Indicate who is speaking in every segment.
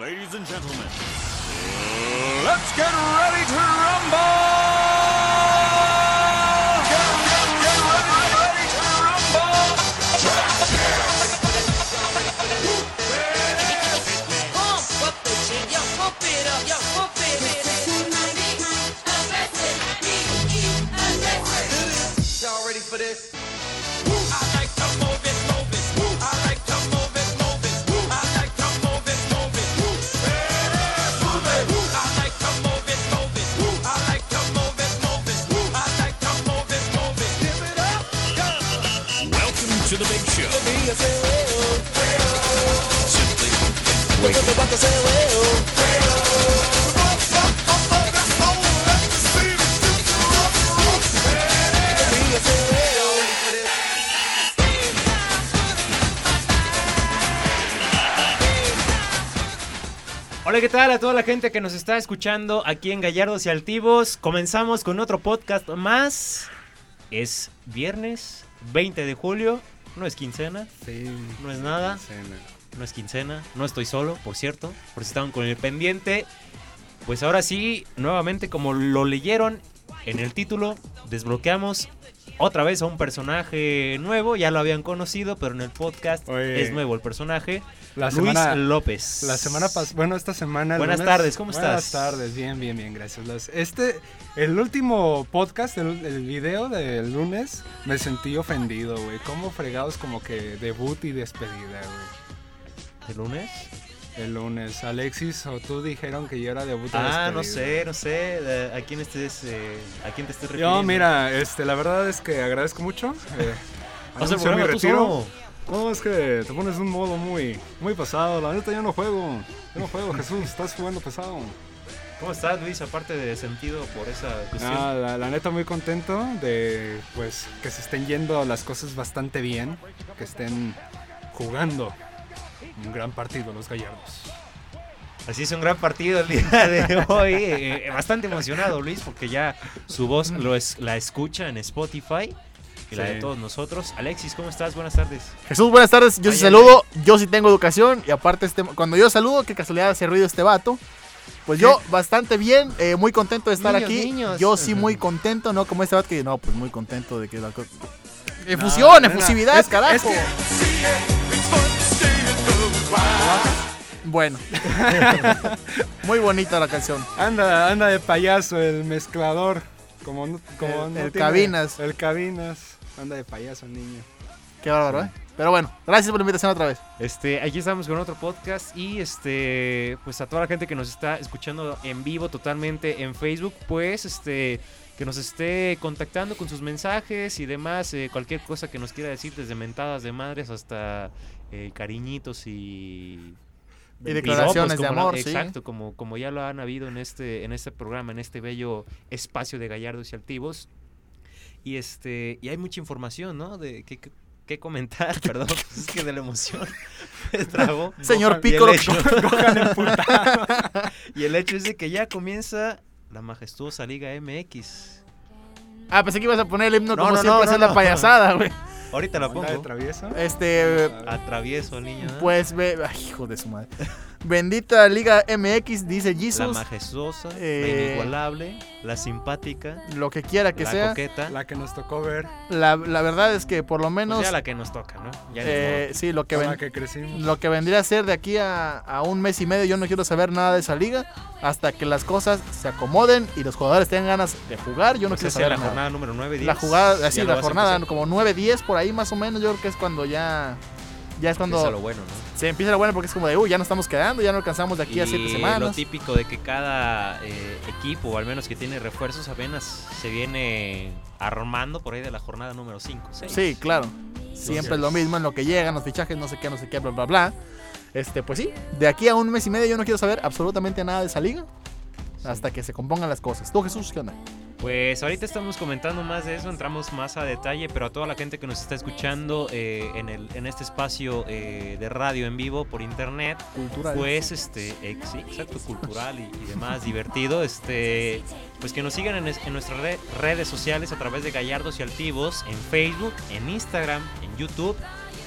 Speaker 1: Ladies and gentlemen, let's get ready to rumble! Get, get, get ready, ready to rumble!
Speaker 2: Pump up the shit, yo, pump it up, yo, pump it, it, it.
Speaker 1: Welcome to the big show. Simply
Speaker 3: Hola, ¿qué tal a toda la gente que nos está escuchando aquí en Gallardos y Altivos? Comenzamos con otro podcast más. Es viernes 20 de julio, no es quincena,
Speaker 4: Sí.
Speaker 3: no es nada,
Speaker 4: Cena.
Speaker 3: no es quincena, no estoy solo, por cierto, por si estaban con el pendiente. Pues ahora sí, nuevamente como lo leyeron en el título, desbloqueamos otra vez a un personaje nuevo, ya lo habían conocido, pero en el podcast
Speaker 4: Oye.
Speaker 3: es nuevo el personaje,
Speaker 4: La
Speaker 3: Luis
Speaker 4: semana,
Speaker 3: López.
Speaker 4: la semana pas- bueno, esta semana. el
Speaker 3: Buenas tardes, ¿cómo estás?
Speaker 4: Buenas tardes, bien, bien, bien, gracias. Los- este, el último podcast, el, el video del lunes, me sentí ofendido, güey. Como fregados como que debut y despedida, güey.
Speaker 3: ¿El lunes?
Speaker 4: El lunes, Alexis o tú dijeron que yo era debut o
Speaker 3: Ah, no
Speaker 4: despedida.
Speaker 3: sé, no sé. eh, ¿A quién estés, eh, a quién te estés refiriendo?
Speaker 4: Yo, mira, este, la verdad es que agradezco mucho. Eh,
Speaker 3: haz el
Speaker 4: anuncio
Speaker 3: programa
Speaker 4: mi
Speaker 3: tú
Speaker 4: retiro.
Speaker 3: solo.
Speaker 4: No, es que te pones de un modo muy, muy pasado. La neta, yo no juego. Yo no juego, Jesús. Estás jugando pesado.
Speaker 3: ¿Cómo estás, Luis? Aparte de sentido por esa cuestión.
Speaker 4: Ah, la, la neta, muy contento de pues que se estén yendo las cosas bastante bien. Que estén jugando un gran partido los gallardos.
Speaker 3: Así es un gran partido el día de hoy. eh, eh, bastante emocionado, Luis, porque ya su voz lo es- la escucha en Spotify y la
Speaker 4: Sí.
Speaker 3: de todos nosotros. Alexis, ¿cómo estás? Buenas tardes.
Speaker 5: Jesús, buenas tardes. Yo sí
Speaker 3: Ay, ay,
Speaker 5: saludo, yo sí tengo educación. Y aparte, este, cuando yo saludo, qué casualidad hace ruido este vato. Pues yo, bastante bien, eh, muy contento de estar
Speaker 3: Niños,
Speaker 5: aquí.
Speaker 3: niños.
Speaker 5: Yo sí, muy contento, ¿no? Como este vato que no, pues muy contento de que la co- Efusión,
Speaker 4: nena,
Speaker 5: efusividad,
Speaker 4: es que-
Speaker 5: carajo.
Speaker 4: es que-
Speaker 5: Bueno, muy bonita la canción.
Speaker 4: Anda, anda de payaso el mezclador. Como no, como
Speaker 5: El-
Speaker 4: no
Speaker 5: el
Speaker 4: tiene-
Speaker 5: Cabinas.
Speaker 4: El cabinas. Anda de payaso, el niño.
Speaker 5: Qué bárbaro, ¿eh? Pero bueno, gracias por la invitación otra vez.
Speaker 3: Este, aquí estamos con otro podcast y este, pues a toda la gente que nos está escuchando en vivo totalmente en Facebook, pues este, que nos esté contactando con sus mensajes y demás, eh, cualquier cosa que nos quiera decir, desde mentadas de madres hasta eh, cariñitos y...
Speaker 5: Y
Speaker 3: piropos,
Speaker 5: declaraciones de
Speaker 3: pues, como la-
Speaker 5: amor, sí.
Speaker 3: Exacto, como, como ya lo han habido en este, en este programa, en este bello espacio de gallardos y altivos. Y este, y hay mucha información, ¿no? De qué, qué- qué comentar, perdón, pues es que de la emoción me trabo.
Speaker 5: Señor
Speaker 3: Y el
Speaker 5: Pícoro,
Speaker 3: hecho- y el hecho es de que ya comienza la majestuosa Liga MX.
Speaker 5: Ah, pensé que ibas a poner el himno
Speaker 3: No,
Speaker 5: como
Speaker 3: no,
Speaker 5: siempre,
Speaker 3: no,
Speaker 5: hacer
Speaker 3: no,
Speaker 5: la
Speaker 3: no.
Speaker 5: payasada, güey.
Speaker 3: Ahorita la
Speaker 4: Anda de
Speaker 3: pongo.
Speaker 4: travieso.
Speaker 5: Este,
Speaker 4: Ah,
Speaker 3: Atravieso al niño. ¿eh?
Speaker 5: Pues, ve, ay, hijo de su madre. Bendita Liga MX, dice
Speaker 3: la
Speaker 5: Jesus.
Speaker 3: majestuosa, la
Speaker 5: eh,
Speaker 3: inigualable, la simpática,
Speaker 5: Lo que quiera que
Speaker 3: la
Speaker 5: sea.
Speaker 3: coqueta.
Speaker 4: La que nos tocó ver.
Speaker 5: La, la verdad es que por lo
Speaker 3: pues
Speaker 5: menos.
Speaker 3: ya la que nos toca, ¿no? Ya ni
Speaker 5: eh, sí, lo que,
Speaker 4: con
Speaker 5: ven-
Speaker 4: la que crecimos.
Speaker 5: lo que vendría a ser de aquí a, a un mes y medio, yo no quiero saber nada de esa liga. Hasta que las cosas se acomoden y los jugadores tengan ganas de jugar, yo no
Speaker 3: Pues
Speaker 5: quiero
Speaker 3: esa
Speaker 5: saber
Speaker 3: es la
Speaker 5: nada.
Speaker 3: jornada número 9 10.
Speaker 5: La jugada, así,
Speaker 3: Ya lo
Speaker 5: la
Speaker 3: vas a
Speaker 5: jornada,
Speaker 3: empezar.
Speaker 5: como 9-10 por ahí más o menos, yo creo que es cuando ya. Ya es cuando
Speaker 3: Empieza lo bueno, ¿no?
Speaker 5: se empieza lo bueno porque es como de, uy, ya no estamos quedando, ya no alcanzamos de aquí a
Speaker 3: Y
Speaker 5: 7
Speaker 3: Lo
Speaker 5: semanas.
Speaker 3: típico de que cada eh, equipo, o al menos que tiene refuerzos, apenas se viene armando por ahí de la jornada número 5.
Speaker 5: Sí, claro. Siempre es lo mismo en lo que llegan los fichajes, no sé qué, no sé qué, bla, bla, bla. Este, pues sí, de aquí a un mes y medio yo no quiero saber absolutamente nada de esa liga hasta que se compongan las cosas. Tú, Jesús, ¿qué onda?
Speaker 3: Pues ahorita estamos comentando más de eso, entramos más a detalle, pero a toda la gente que nos está escuchando eh, en, el, en este espacio eh, de radio en vivo por internet,
Speaker 5: Cultura.
Speaker 3: pues este ex- sí, exacto cultural y, y demás divertido este pues que nos sigan en, es- en nuestras re- redes sociales a través de Gallardos y Altivos en Facebook en Instagram en YouTube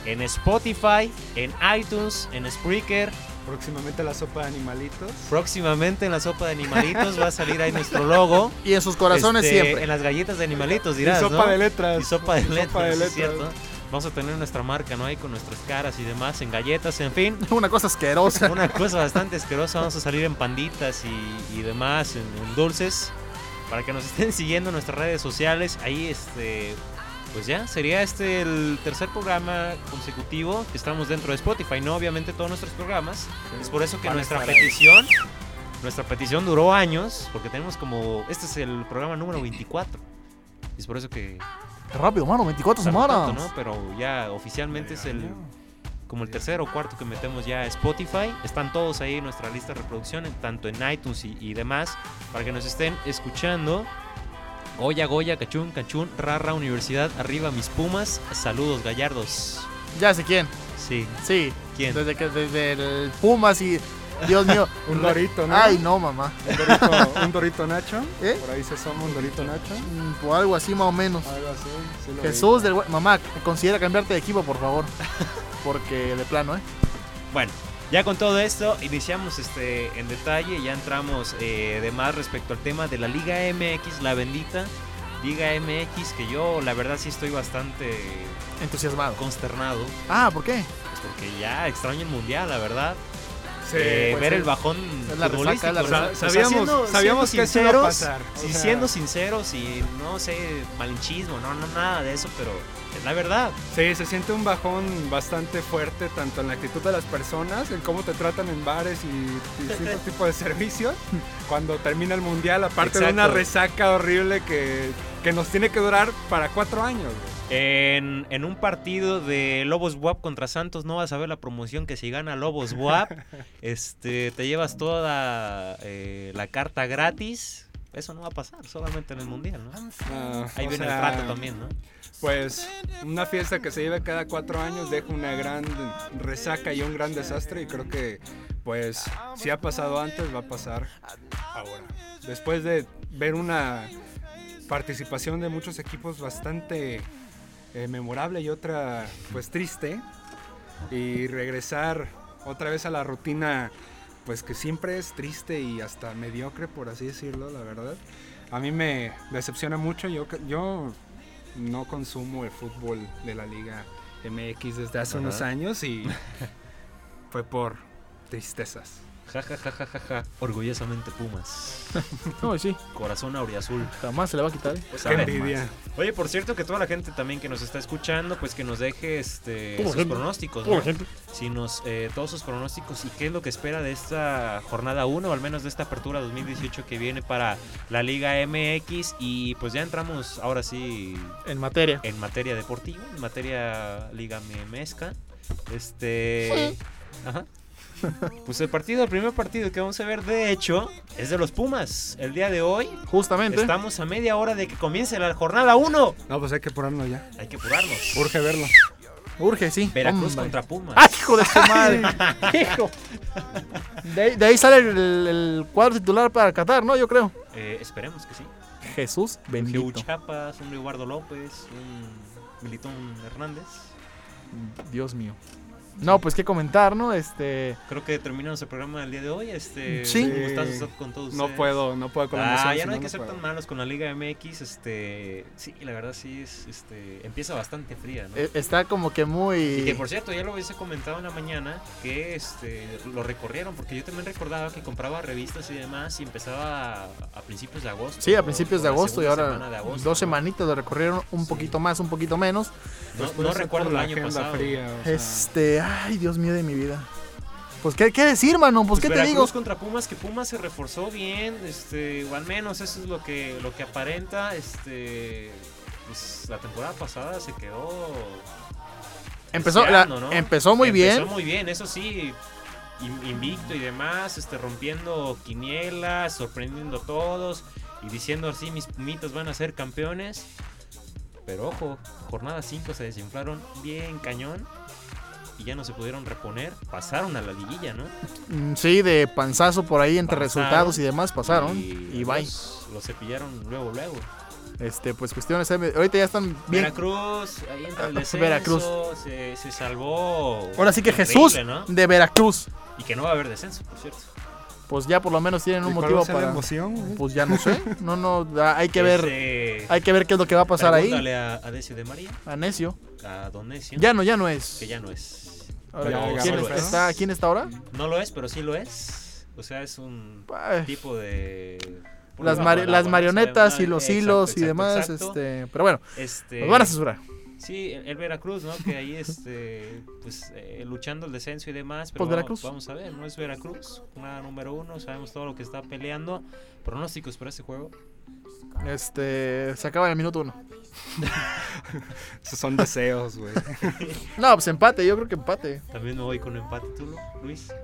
Speaker 3: en Spotify, en iTunes, en Spreaker.
Speaker 4: Próximamente la sopa de animalitos.
Speaker 3: Próximamente en la sopa de animalitos va a salir ahí nuestro logo.
Speaker 5: Y en sus corazones
Speaker 3: Este,
Speaker 5: siempre.
Speaker 3: En las galletas de animalitos,
Speaker 4: Y
Speaker 3: dirás,
Speaker 4: sopa
Speaker 3: ¿no?
Speaker 4: de letras.
Speaker 3: Y sopa de letras,
Speaker 4: sopa de
Speaker 3: sí es
Speaker 4: letras.
Speaker 3: cierto. Vamos a tener nuestra marca, ¿no? Ahí con nuestras caras y demás, en galletas, en fin.
Speaker 5: Una cosa asquerosa.
Speaker 3: Una cosa bastante asquerosa, vamos a salir en panditas y, y demás, en, en dulces. Para que nos estén siguiendo en nuestras redes sociales. Ahí, este... Pues ya, sería este el tercer programa consecutivo que estamos dentro de Spotify, ¿no? Obviamente todos nuestros programas. Es por eso que
Speaker 4: Van a
Speaker 3: nuestra
Speaker 4: estar ahí.
Speaker 3: petición... Nuestra petición duró años, porque tenemos como... Este es el programa número 24. Es por eso que
Speaker 5: Qué Rápido, mano, 24
Speaker 3: tanto,
Speaker 5: semanas.
Speaker 3: Pues, ¿no? Pero ya oficialmente es el como el tercer o cuarto que metemos ya a Spotify. Están todos ahí en nuestra lista de reproducción, en- tanto en iTunes y, y demás, para que nos estén escuchando. Goya, Goya, Cachún, Cachún, Rarra, Universidad, arriba mis pumas. Saludos, gallardos.
Speaker 5: Ya sé quién.
Speaker 3: Sí,
Speaker 5: Sí.
Speaker 3: ¿quién?
Speaker 5: Desde que desde el Pumas y. Dios mío.
Speaker 4: Un dorito, ¿no?
Speaker 5: Ay, no, mamá.
Speaker 4: Un dorito, un dorito nacho.
Speaker 5: ¿Eh?
Speaker 4: Por ahí se asoma un dorito nacho.
Speaker 5: Mm, O algo así más o menos.
Speaker 4: Algo así. sí lo vi.
Speaker 5: Jesús del Gua- Mamá, considera cambiarte de equipo, por favor. Porque de plano, ¿eh?
Speaker 3: Bueno, ya con todo esto iniciamos este en detalle, ya entramos eh, de más respecto al tema de la Liga MX, la bendita Liga MX, que yo la verdad sí estoy bastante
Speaker 5: Entusiasmado.
Speaker 3: consternado,
Speaker 5: Ah, ¿por qué?
Speaker 3: pues porque ya extraño el mundial, la verdad.
Speaker 4: Sí,
Speaker 3: Eh,
Speaker 4: pues
Speaker 3: ver
Speaker 4: sí.
Speaker 3: el bajón
Speaker 5: Es la resaca,
Speaker 3: futbolístico,
Speaker 5: es la
Speaker 3: ¿no?
Speaker 5: resaca.
Speaker 3: O sea,
Speaker 4: Sabíamos- sabíamos que eso iba a
Speaker 3: sinceros,
Speaker 4: pasar, o
Speaker 3: sí,
Speaker 4: sea.
Speaker 3: siendo sinceros y no sé, malinchismo, no, no nada de eso, pero es la verdad.
Speaker 4: Sí, se siente un bajón bastante fuerte, tanto en la actitud de las personas, en cómo te tratan en bares y distintos tipos de servicios, cuando termina el mundial, aparte de una
Speaker 3: Exacto.
Speaker 4: resaca horrible que, que nos tiene que durar para cuatro años. güey.
Speaker 3: En, en un partido de Lobos WAP contra Santos no vas a ver la promoción que si gana Lobos WAP este, te llevas toda eh, la carta gratis. Eso no va a pasar, solamente en el Mundial, ¿no?
Speaker 4: Ah,
Speaker 3: Ahí
Speaker 4: o
Speaker 3: viene el
Speaker 4: sea,
Speaker 3: trato también, ¿no?
Speaker 4: Pues una fiesta que se lleva cada cuatro años deja una gran resaca y un gran desastre y creo que pues si ha pasado antes va a pasar ahora. Después de ver una participación de muchos equipos bastante eh, memorable y otra pues triste y regresar otra vez a la rutina pues que siempre es triste y hasta mediocre por así decirlo la verdad. A mí me decepciona mucho, yo, yo no consumo el fútbol de la Liga MX desde hace
Speaker 3: Ajá.
Speaker 4: unos años y fue por tristezas.
Speaker 3: Ja, ja, ja, ja, ja, ja. Orgullosamente Pumas.
Speaker 5: No, sí.
Speaker 3: Corazón auriazul.
Speaker 5: Jamás se le va a quitar, ¿eh?
Speaker 3: Pues, a
Speaker 4: Qué
Speaker 3: ver.
Speaker 4: envidia.
Speaker 3: Oye, por cierto, que toda la gente también que nos está escuchando, pues que nos deje este,
Speaker 5: Pura
Speaker 3: sus
Speaker 5: gente.
Speaker 3: pronósticos,
Speaker 5: Pura
Speaker 3: ¿no?
Speaker 5: gente.
Speaker 3: Si nos, eh, todos sus pronósticos y qué es lo que espera de esta jornada 1, o al menos de esta apertura 2018 que viene para la Liga MX. Y pues ya entramos ahora sí
Speaker 5: En materia.
Speaker 3: en materia deportiva, en materia Liga Memesca. Este. Ajá. Pues el partido, el primer partido que vamos a ver, de hecho, es de los Pumas. El día de hoy,
Speaker 5: Justamente.
Speaker 3: Estamos a media hora de que comience la jornada 1.
Speaker 4: No, pues hay que apurarlo ya.
Speaker 3: Hay que apurarnos.
Speaker 4: Urge verlo.
Speaker 5: Urge, sí.
Speaker 3: Veracruz
Speaker 5: Hombre. ¡Ah!
Speaker 3: contra Pumas.
Speaker 5: ¡Ay, hijo de su madre! ¡Hijo! De, ahí- de ahí sale el, el cuadro titular para Qatar, ¿no? Yo creo.
Speaker 3: Eh, esperemos que sí.
Speaker 5: Jesús
Speaker 3: Geu
Speaker 5: bendito.
Speaker 3: Chapas, un Eduardo López, un Militón Hernández.
Speaker 5: Dios mío. No, pues qué comentar, ¿no? Este.
Speaker 3: Creo que terminamos el programa del día de hoy. Este,
Speaker 5: Sí.
Speaker 3: un gustazo estar con todos
Speaker 4: No
Speaker 3: ustedes.
Speaker 4: puedo, no puedo con la
Speaker 3: Ah,
Speaker 4: emoción,
Speaker 3: ya
Speaker 4: si
Speaker 3: no hay que
Speaker 4: no
Speaker 3: ser
Speaker 4: puedo.
Speaker 3: tan malos con la Liga MX. Este, sí, la verdad sí es, este, empieza bastante fría, ¿no?
Speaker 5: eh, Está como que muy.
Speaker 3: Y que por cierto, ya lo hubiese comentado en la mañana que este, lo recorrieron, porque yo también recordaba que compraba revistas y demás y empezaba a, a principios de agosto.
Speaker 5: Sí, a
Speaker 3: o-
Speaker 5: principios
Speaker 3: o
Speaker 5: de
Speaker 3: la
Speaker 5: agosto y
Speaker 3: segunda
Speaker 5: ahora
Speaker 3: semana de agosto,
Speaker 5: dos
Speaker 3: ¿no?
Speaker 5: semanitas lo recorrieron un poquito más, un poquito menos.
Speaker 3: No,
Speaker 4: Pues por
Speaker 3: no
Speaker 4: eso
Speaker 3: recuerdo
Speaker 4: por
Speaker 3: el
Speaker 4: la
Speaker 3: año
Speaker 4: agenda
Speaker 3: pasado.
Speaker 4: fría, o sea,
Speaker 5: Este, ay, Dios mío de mi vida. Pues qué, qué decir, mano,
Speaker 3: Pues
Speaker 5: pues, qué te digo.
Speaker 3: Veracruz contra Pumas, que Pumas se reforzó bien, este, o al menos eso es lo que, lo que aparenta. Este, pues, la temporada pasada se quedó.
Speaker 5: Empezó, la-
Speaker 3: deseando, ¿no?
Speaker 5: empezó muy bien.
Speaker 3: Empezó muy bien, eso sí. in- Invicto y demás, este, rompiendo quinielas, sorprendiendo a todos y diciendo así: mis pumitas van a ser campeones. Pero ojo, jornada 5 se desinflaron bien cañón y ya no se pudieron reponer. Pasaron a la liguilla, ¿no?
Speaker 5: Mm, Sí, de panzazo por ahí entre
Speaker 3: Pasaron.
Speaker 5: resultados y demás pasaron. Y, bye.
Speaker 3: Los, los cepillaron luego, luego.
Speaker 5: Este, pues cuestiones. ahí me- Ahorita ya están bien.
Speaker 3: Veracruz, ahí entra el
Speaker 5: Ah,
Speaker 3: descenso,
Speaker 5: Veracruz.
Speaker 3: Se, se salvó.
Speaker 5: Ahora sí que
Speaker 3: Increíble,
Speaker 5: Jesús
Speaker 3: ¿no?
Speaker 5: de Veracruz.
Speaker 3: Y que no va a haber descenso, por cierto.
Speaker 5: Pues ya por lo menos tienen un
Speaker 4: ¿Y cuál
Speaker 5: motivo
Speaker 4: va a ser la
Speaker 5: para.
Speaker 4: emoción, güey?
Speaker 5: Pues ya no sé. No, no. da- Hay que ver.
Speaker 3: Ese-
Speaker 5: Hay que ver qué es lo que va a pasar ahí.
Speaker 3: Pregúntale a, a Decio de María,
Speaker 5: A Necio.
Speaker 3: a Don Decio,
Speaker 5: Ya no, ya no es.
Speaker 3: que ya no es.
Speaker 5: Ahora,
Speaker 4: Ya,
Speaker 5: ¿quién,
Speaker 3: ganó,
Speaker 5: está,
Speaker 4: ¿verdad?
Speaker 5: quién está ahora?
Speaker 3: No lo es, pero sí lo es. O sea, es un
Speaker 5: Ay,
Speaker 3: tipo de... por
Speaker 5: Pues. Las,
Speaker 3: debajo
Speaker 5: mari-
Speaker 3: del agua,
Speaker 5: las
Speaker 3: no
Speaker 5: marionetas
Speaker 3: sabe
Speaker 5: y los
Speaker 3: nada. Exacto,
Speaker 5: hilos y
Speaker 3: exacto,
Speaker 5: demás.
Speaker 3: exacto.
Speaker 5: Este, pero bueno,
Speaker 3: Este,
Speaker 5: nos van a censurar.
Speaker 3: Sí, el, el Veracruz, ¿no? Que ahí, este, pues, eh, luchando el descenso y demás. Pero
Speaker 5: Pues,
Speaker 3: vamos,
Speaker 5: Veracruz.
Speaker 3: vamos a ver, no es Veracruz, una número uno, sabemos todo lo que está peleando. Pronósticos para este juego.
Speaker 5: Este, se acaba en el minuto uno.
Speaker 4: Esos son deseos, güey.
Speaker 5: No, pues empate, yo creo que empate.
Speaker 3: También me voy con empate, tú, Lu- Luis.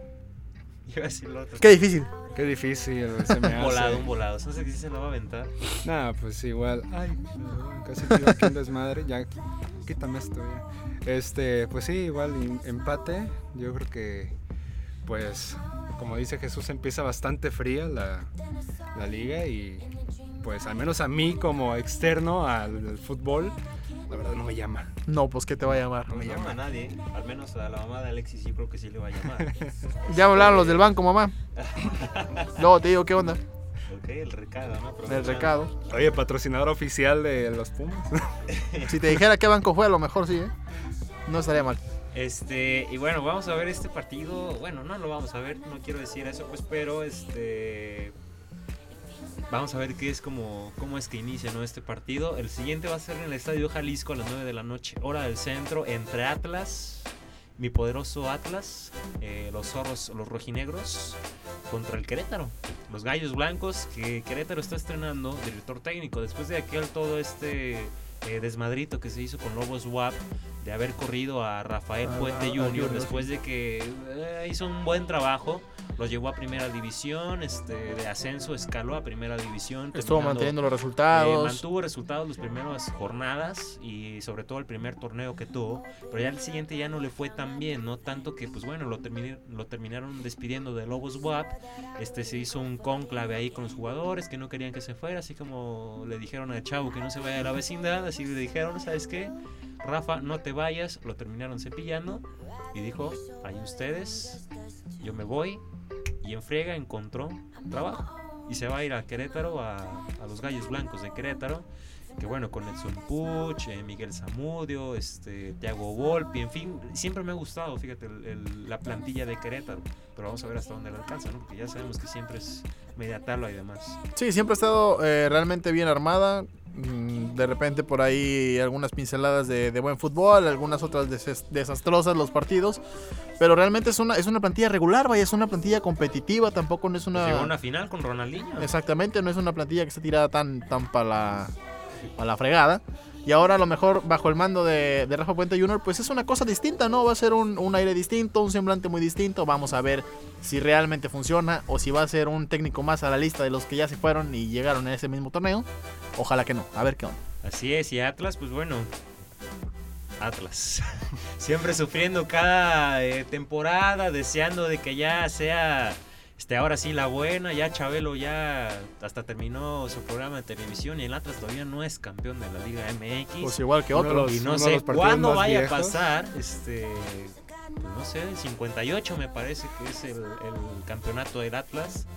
Speaker 3: Yo iba a decir lo otro.
Speaker 5: Qué difícil.
Speaker 4: Qué difícil se me hace.
Speaker 3: Un volado, un volado. No sé si se lo va a aventar.
Speaker 4: Nah, pues igual. Ay, perdón, casi tiro aquí un desmadre. Ya, quítame esto ya. Este, pues sí, igual em- empate. Yo creo que, pues, como dice Jesús, empieza bastante fría la, la liga y, pues, al menos a mí como externo al, al fútbol, la verdad no me llama.
Speaker 5: No, pues qué te va a llamar.
Speaker 4: No me
Speaker 3: No llama a
Speaker 4: llama.
Speaker 3: nadie, al menos a la mamá de Alexis yo creo que sí le va a llamar.
Speaker 5: Ya hablaron los del banco, mamá. Luego te digo qué onda.
Speaker 3: ok, el recado, ¿no? Pero
Speaker 5: El
Speaker 3: bueno,
Speaker 5: recado.
Speaker 4: Oye, patrocinador oficial de los Pumas.
Speaker 5: Si te dijera qué banco fue, a lo mejor sí, ¿eh? No estaría mal.
Speaker 3: Este, y bueno, vamos a ver este partido. Bueno, no lo vamos a ver, no quiero decir eso, pues, pero este. Vamos a ver qué es como cómo es que inicia ¿no? este partido. El siguiente va a ser en el Estadio Jalisco a las 9 de la noche, hora del centro, entre Atlas, mi poderoso Atlas, eh, los zorros, los rojinegros, contra el Querétaro. Los gallos blancos, que Querétaro está estrenando director técnico después de aquel todo este eh, desmadrito que se hizo con Lobos WAP, de haber corrido a Rafael
Speaker 5: Ah,
Speaker 3: Puente
Speaker 5: ah,
Speaker 3: Jr.
Speaker 5: Jr.,
Speaker 3: después de que eh, hizo un buen trabajo. Los llevó a primera división, este, de ascenso escaló a primera división.
Speaker 5: Estuvo
Speaker 3: terminando,
Speaker 5: manteniendo los
Speaker 3: eh,
Speaker 5: resultados.
Speaker 3: mantuvo resultados las primeras jornadas y sobre todo el primer torneo que tuvo, pero ya el siguiente ya no le fue tan bien, ¿no? Tanto que, pues bueno, lo, terminé- lo terminaron despidiendo de Lobos WAP. Este se hizo un cónclave ahí con los jugadores que no querían que se fuera, así como le dijeron a Chavo que no se vaya a la vecindad, así le dijeron, ¿sabes qué? Rafa, no te vayas, lo terminaron cepillando y dijo, ahí ustedes, yo me voy y en friega encontró trabajo y se va a ir a Querétaro, a, a los Gallos Blancos de Querétaro, que bueno, con Nelson Puch, eh, Miguel Zamudio, este, Thiago Volpi, en fin, siempre me ha gustado, fíjate, el- el- la plantilla de Querétaro, pero vamos a ver hasta dónde le alcanza, ¿no? Porque ya sabemos que siempre es media talo y demás.
Speaker 5: Sí, siempre ha estado eh, realmente bien armada. Mm, De repente por ahí algunas pinceladas de, de buen fútbol, algunas otras deses- desastrosas los partidos. Pero realmente es una, es una plantilla regular, vaya, es una plantilla competitiva, tampoco no es
Speaker 3: Pues
Speaker 5: una...
Speaker 3: llegó a una final con Ronaldinho.
Speaker 5: Exactamente, no es una plantilla que está tirada tan, tan para la, pa' la fregada. Y ahora a lo mejor bajo el mando de, de Rafa Puente Jr., pues es una cosa distinta, ¿no? Va a ser un, un aire distinto, un semblante muy distinto. Vamos a ver si realmente funciona o si va a ser un técnico más a la lista de los que ya se fueron y llegaron a ese mismo torneo. Ojalá que no, a ver qué onda.
Speaker 3: Así es, y Atlas, pues bueno. Atlas. Siempre sufriendo cada eh, temporada, deseando de que ya sea este, ahora sí la buena. Ya Chabelo ya hasta terminó su programa de televisión y el Atlas todavía no es campeón de la Liga MX.
Speaker 5: Pues igual que
Speaker 4: Uno de
Speaker 5: otros.
Speaker 3: y
Speaker 4: uno
Speaker 3: no
Speaker 4: de
Speaker 3: sé
Speaker 4: los partidos
Speaker 3: cuándo
Speaker 4: más
Speaker 3: vaya
Speaker 4: viejos.
Speaker 3: a pasar. Este, pues no sé, el 58 me parece que es el, el campeonato del Atlas.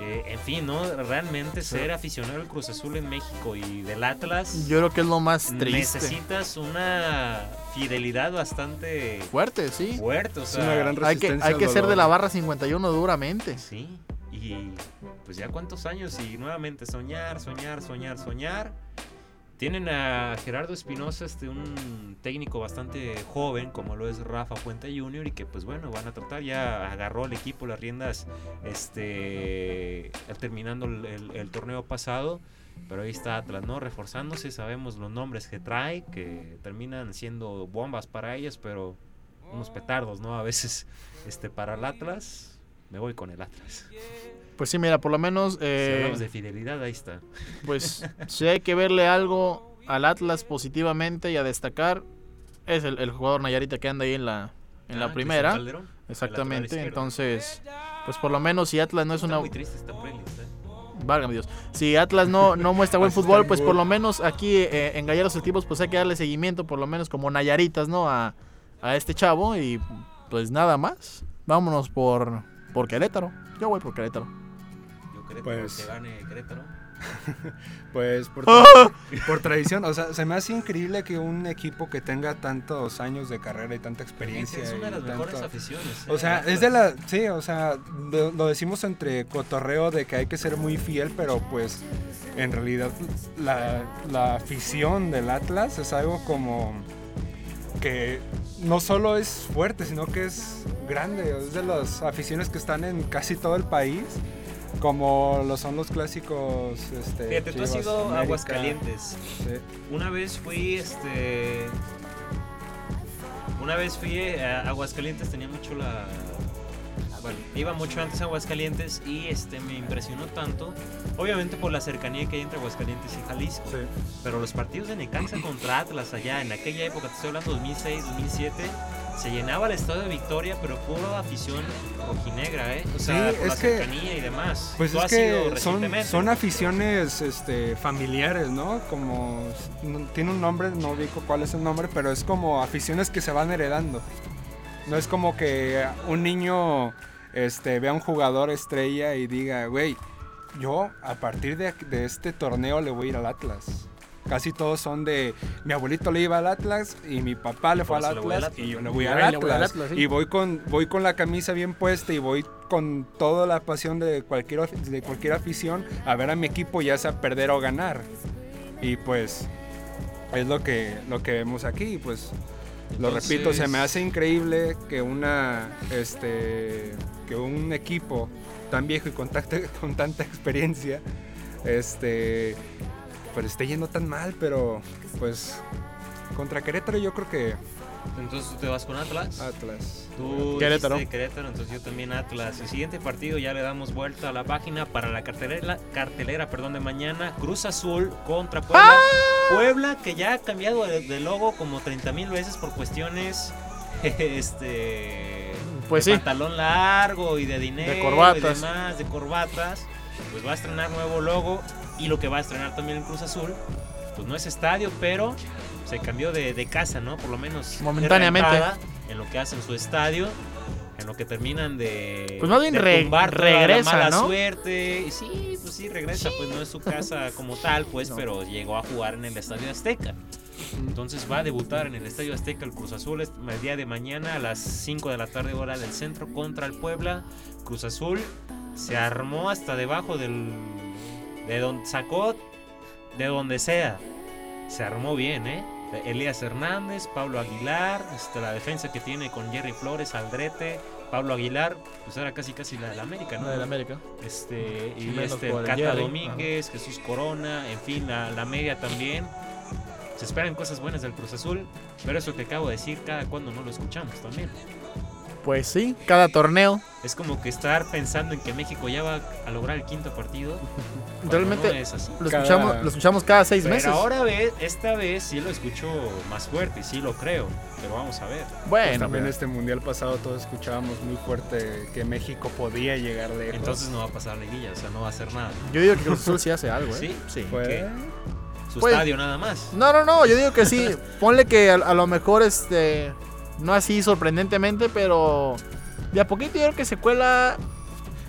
Speaker 3: Eh, en fin, ¿no? Realmente ser aficionado al Cruz Azul en México y del Atlas
Speaker 5: Yo creo que es lo más triste.
Speaker 3: necesitas una fidelidad bastante
Speaker 5: Fuerte, sí.
Speaker 3: fuerte, o
Speaker 4: Es
Speaker 3: sea,
Speaker 4: una gran
Speaker 5: Hay que,
Speaker 4: resistencia
Speaker 5: hay
Speaker 4: al
Speaker 5: que ser de
Speaker 4: dolor.
Speaker 5: la barra 51 duramente.
Speaker 3: sí. Y pues ya cuántos años y nuevamente soñar, soñar, soñar, soñar. Tienen a Gerardo Espinosa, este un técnico bastante joven como lo es Rafa Puente Jr. y que pues bueno, van a tratar ya agarró el equipo las riendas este al- terminando el, el- el torneo pasado. Pero ahí está Atlas, ¿no? Reforzándose, sabemos los nombres que trae, que terminan siendo bombas para ellas, pero unos petardos, ¿no? A veces este, para el Atlas, me voy con el Atlas.
Speaker 5: Pues sí, mira, por lo menos...
Speaker 3: si
Speaker 5: eh,
Speaker 3: hablamos de fidelidad, ahí está.
Speaker 5: pues si hay que verle algo al Atlas positivamente y a destacar, es el, el jugador Nayarita que anda ahí en la, en
Speaker 3: Ah, Cristian
Speaker 5: la primera.
Speaker 3: Calderón, el lateral
Speaker 5: Exactamente,
Speaker 3: izquierdo.
Speaker 5: entonces, pues por lo menos si Atlas no es
Speaker 3: Está
Speaker 5: una...
Speaker 3: muy triste esta playlist, ¿eh?
Speaker 5: Válgame Dios. Si Atlas no, no muestra buen fútbol, pues por lo menos aquí eh, en Galleros Activos, pues hay que darle seguimiento, por lo menos como Nayaritas, ¿no? A, a este chavo. Y pues nada más. Vámonos por, por Querétaro. Yo voy por Querétaro.
Speaker 3: Yo Querétaro,
Speaker 4: Pues-
Speaker 3: que gane Querétaro.
Speaker 4: Pues por, por tradición, o sea, se me hace increíble que un equipo que tenga tantos años de carrera y tanta experiencia.
Speaker 3: Es una de
Speaker 4: y
Speaker 3: las mejores
Speaker 4: tanto-
Speaker 3: aficiones.
Speaker 4: O
Speaker 3: eh,
Speaker 4: sea,
Speaker 3: Atlas.
Speaker 4: es de la. Sí, o sea, de- lo decimos entre cotorreo de que hay que ser muy fiel, pero pues en realidad la, la afición del Atlas es algo como. que no solo es fuerte, sino que es grande. Es de las aficiones que están en casi todo el país, como lo son los clásicos. Este,
Speaker 3: Fíjate, tú has
Speaker 4: Chivas,
Speaker 3: sido
Speaker 4: América,
Speaker 3: Aguascalientes.
Speaker 4: sí.
Speaker 3: Una vez fui, este. Una vez fui eh, a Aguascalientes, tenía mucho la. ah, Bueno, iba mucho antes a Aguascalientes y este me impresionó tanto, obviamente por la cercanía que hay entre Aguascalientes y Jalisco.
Speaker 4: Sí.
Speaker 3: Pero los partidos de Necaxa contra Atlas allá, en aquella época, te estoy hablando 2006, 2007, se llenaba el estadio de Victoria, pero puro afición rojinegra, ¿eh? O sea,
Speaker 4: Sí,
Speaker 3: por
Speaker 4: es
Speaker 3: la
Speaker 4: que-
Speaker 3: cercanía y demás.
Speaker 4: Pues
Speaker 3: Tú
Speaker 4: es
Speaker 3: has
Speaker 4: que
Speaker 3: ido
Speaker 4: son,
Speaker 3: recientemente.
Speaker 4: son aficiones este, familiares, ¿no? Como. no- tiene un nombre, no ubico cuál es el nombre, pero es como aficiones que se van heredando. No es como que un niño este, vea a un jugador estrella y diga, güey, yo a partir de, ac- de este torneo le voy a ir al Atlas. Casi todos son de mi abuelito le iba al Atlas y mi papá le fue
Speaker 3: Por
Speaker 4: al
Speaker 3: eso le voy al
Speaker 4: Atlas
Speaker 3: Atlas.
Speaker 4: y yo le voy
Speaker 5: Y
Speaker 4: al
Speaker 5: ahora le voy al
Speaker 4: Atlas.
Speaker 5: Atlas, sí.
Speaker 4: Y voy con voy con la camisa bien puesta y voy con toda la pasión de cualquier af- de cualquier afición a ver a mi equipo ya sea perder o ganar. Y pues es lo que lo que vemos aquí, pues lo repito, se me
Speaker 3: Entonces-
Speaker 4: hace increíble que una este que un equipo tan viejo y con, tacta- con tanta experiencia este pero esté yendo tan mal, pero pues contra Querétaro yo creo que
Speaker 3: Entonces tú te vas con Atlas.
Speaker 4: Atlas.
Speaker 3: Tú
Speaker 5: Querétaro.
Speaker 3: dijiste Querétaro, entonces yo también Atlas. El siguiente partido ya le damos vuelta a la página para la cartelera, cartelera perdón, de mañana. Cruz Azul contra Puebla.
Speaker 5: ¡Ah!
Speaker 3: Puebla que ya ha cambiado de, de logo como 30 mil veces por cuestiones este,
Speaker 5: Pues
Speaker 3: de
Speaker 5: sí.
Speaker 3: pantalón largo y de dinero
Speaker 5: De corbatas.
Speaker 3: y demás, de corbatas. Pues va a estrenar nuevo logo y lo que va a estrenar también el Cruz Azul. Pues no es estadio, pero se cambió de, de casa, ¿no? Por lo menos
Speaker 5: Momentáneamente.
Speaker 3: de reentrada En lo que hacen su estadio, en lo que terminan de.
Speaker 5: Pues más bien
Speaker 3: de
Speaker 5: re-
Speaker 3: tumbar toda la
Speaker 5: regresa,
Speaker 3: mala
Speaker 5: ¿no?
Speaker 3: suerte. Y sí, pues sí, regresa. Pues no es su casa como tal, pues,
Speaker 5: No.
Speaker 3: pero llegó a jugar en el Estadio Azteca. Entonces va a debutar en el Estadio Azteca el Cruz Azul es- el día de mañana a las 5 de la tarde, hora del centro, contra el Puebla. Cruz Azul se armó hasta debajo del. de donde sacó de donde sea. Se armó bien, ¿eh? Elías Hernández, Pablo Aguilar, este, la defensa que tiene con Jerry Flores, Aldrete, Pablo Aguilar, pues era casi casi la del América, ¿no?
Speaker 5: Una del América.
Speaker 3: Este, y
Speaker 5: Menos
Speaker 3: este,
Speaker 5: por el
Speaker 3: Cata
Speaker 5: Jerry.
Speaker 3: Domínguez, Jesús Corona, en fin, la, la media también. Se esperan cosas buenas del Cruz Azul, pero eso que acabo de decir, cada cuando no lo escuchamos también.
Speaker 5: Pues sí, cada torneo.
Speaker 3: Es como que estar pensando en que México ya va a lograr el quinto partido. cuando
Speaker 5: Realmente
Speaker 3: no es así.
Speaker 5: Lo
Speaker 4: Cada-
Speaker 5: escuchamos, lo escuchamos cada seis
Speaker 3: Pero
Speaker 5: meses.
Speaker 3: ahora ve, esta vez sí lo escucho más fuerte, y sí lo creo, pero vamos a ver.
Speaker 4: Pues
Speaker 5: bueno,
Speaker 4: también
Speaker 5: pero-
Speaker 4: este mundial pasado todos escuchábamos muy fuerte que México podía llegar lejos.
Speaker 3: Entonces no va a pasar liguilla, o sea, no va a hacer nada.
Speaker 5: yo digo que Cruz Azul sí hace algo, ¿eh?
Speaker 3: ¿Sí?
Speaker 5: Sí.
Speaker 4: Pues,
Speaker 3: ¿qué? Su
Speaker 5: Pues-
Speaker 3: estadio nada más.
Speaker 5: No, no, no, yo digo que sí. Ponle que a, a lo mejor este. No así sorprendentemente, pero. De a poquito yo creo que se cuela.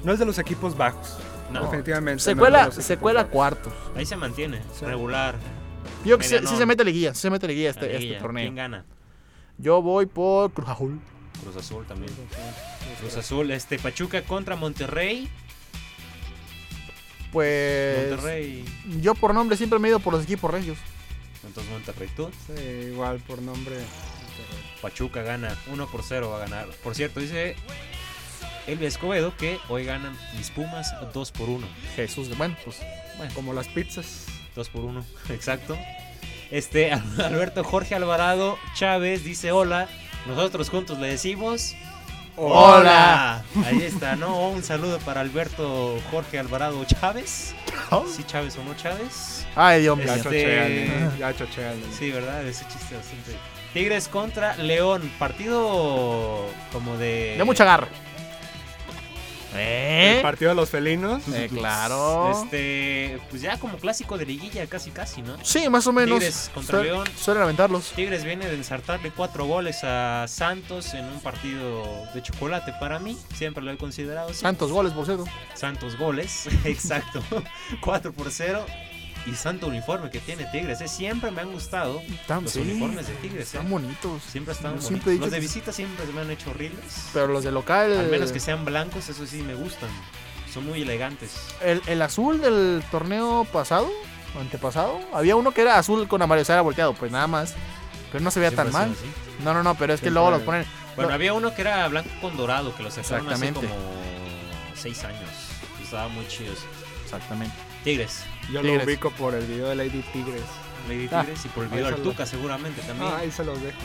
Speaker 4: no es de los equipos bajos,
Speaker 3: No,
Speaker 4: definitivamente. no
Speaker 5: Se
Speaker 4: es de
Speaker 5: cuela,
Speaker 4: los
Speaker 5: se
Speaker 4: equipos
Speaker 5: cuela
Speaker 4: bajos.
Speaker 5: cuartos.
Speaker 3: ahí se mantiene,
Speaker 4: Sí.
Speaker 3: regular.
Speaker 5: Yo creo que sí,
Speaker 3: Medianón.
Speaker 5: sí se mete a liguilla, sí se mete a liguilla este,
Speaker 3: la
Speaker 5: este
Speaker 3: liguilla. ¿Quién
Speaker 5: torneo.
Speaker 3: gana?
Speaker 5: Yo voy por Cruz Azul.
Speaker 3: Cruz Azul también. Cruz Azul, este Pachuca contra Monterrey.
Speaker 5: Pues.
Speaker 3: Monterrey.
Speaker 5: Yo por nombre siempre me he ido por los equipos regios.
Speaker 3: Entonces Monterrey tú.
Speaker 4: Sí, igual por nombre.
Speaker 3: Pachuca gana 1 por 0 va a ganar. Por cierto, dice Elvia Escobedo que hoy ganan mis Pumas 2 por 1.
Speaker 5: Jesús, bueno, pues.
Speaker 4: Como las pizzas.
Speaker 3: 2 por 1, exacto. Este, Alberto Jorge Alvarado Chávez dice hola. Nosotros juntos le decimos Oh,
Speaker 4: Oh,
Speaker 5: Hola.
Speaker 3: Ahí está, ¿no? Un saludo para Alberto Jorge Alvarado Chávez. Sí, Chávez o no Chávez.
Speaker 5: Ay, Dios mío.
Speaker 4: Ya
Speaker 3: Este-
Speaker 4: chochean, ¿eh? ya chochean. ¿eh?
Speaker 3: Sí, ¿verdad? Ese chiste bastante. Tigres contra León. Partido como de.
Speaker 5: De mucha garra. ¿Eh?
Speaker 4: El partido de los felinos.
Speaker 5: Eh, claro.
Speaker 3: Este, pues ya como clásico de liguilla, casi casi, ¿no?
Speaker 5: Sí, más o menos.
Speaker 3: Tigres contra
Speaker 5: Suel-
Speaker 3: León.
Speaker 5: Suelen aventarlos.
Speaker 3: Tigres viene de ensartarle cuatro goles a Santos en un partido de chocolate para mí. Siempre lo he considerado. así.
Speaker 5: Tantos goles, por cierto.
Speaker 3: Santos goles, exacto. 4 por 0. Y santo uniforme que tiene Tigres. eh. Siempre me han gustado
Speaker 5: Tan,
Speaker 3: los
Speaker 5: sí,
Speaker 3: uniformes de Tigres. eh.
Speaker 5: están bonitos.
Speaker 3: Siempre están
Speaker 5: Yo
Speaker 3: bonitos.
Speaker 5: siempre he dicho
Speaker 3: Los de
Speaker 5: que-
Speaker 3: visita siempre se me han hecho horribles.
Speaker 5: Pero eh, los de local.
Speaker 3: Al menos que sean blancos, eso sí me gustan. Son muy elegantes.
Speaker 5: el, el azul del torneo pasado, antepasado, había uno que era azul con amarillo, o sea, era volteado, pues nada más. Pero no se veía
Speaker 3: Siempre
Speaker 5: tan mal.
Speaker 3: ha sido así.
Speaker 5: No, no, no, pero es que
Speaker 4: Siempre-
Speaker 5: luego los ponen.
Speaker 3: Bueno,
Speaker 5: No.
Speaker 3: había uno que era blanco con dorado, que lo sacaron hace
Speaker 5: Exactamente.
Speaker 3: como 6 años. Estaba muy chido. eso.
Speaker 5: Exactamente.
Speaker 3: Tigres.
Speaker 4: Yo
Speaker 5: Tigres.
Speaker 4: lo ubico por el video de Lady Tigres.
Speaker 3: Lady
Speaker 5: Ah,
Speaker 3: Tigres y por el
Speaker 4: ahí
Speaker 3: video del
Speaker 4: salió.
Speaker 3: Tuca seguramente también.
Speaker 4: Ah, ahí se los dejo.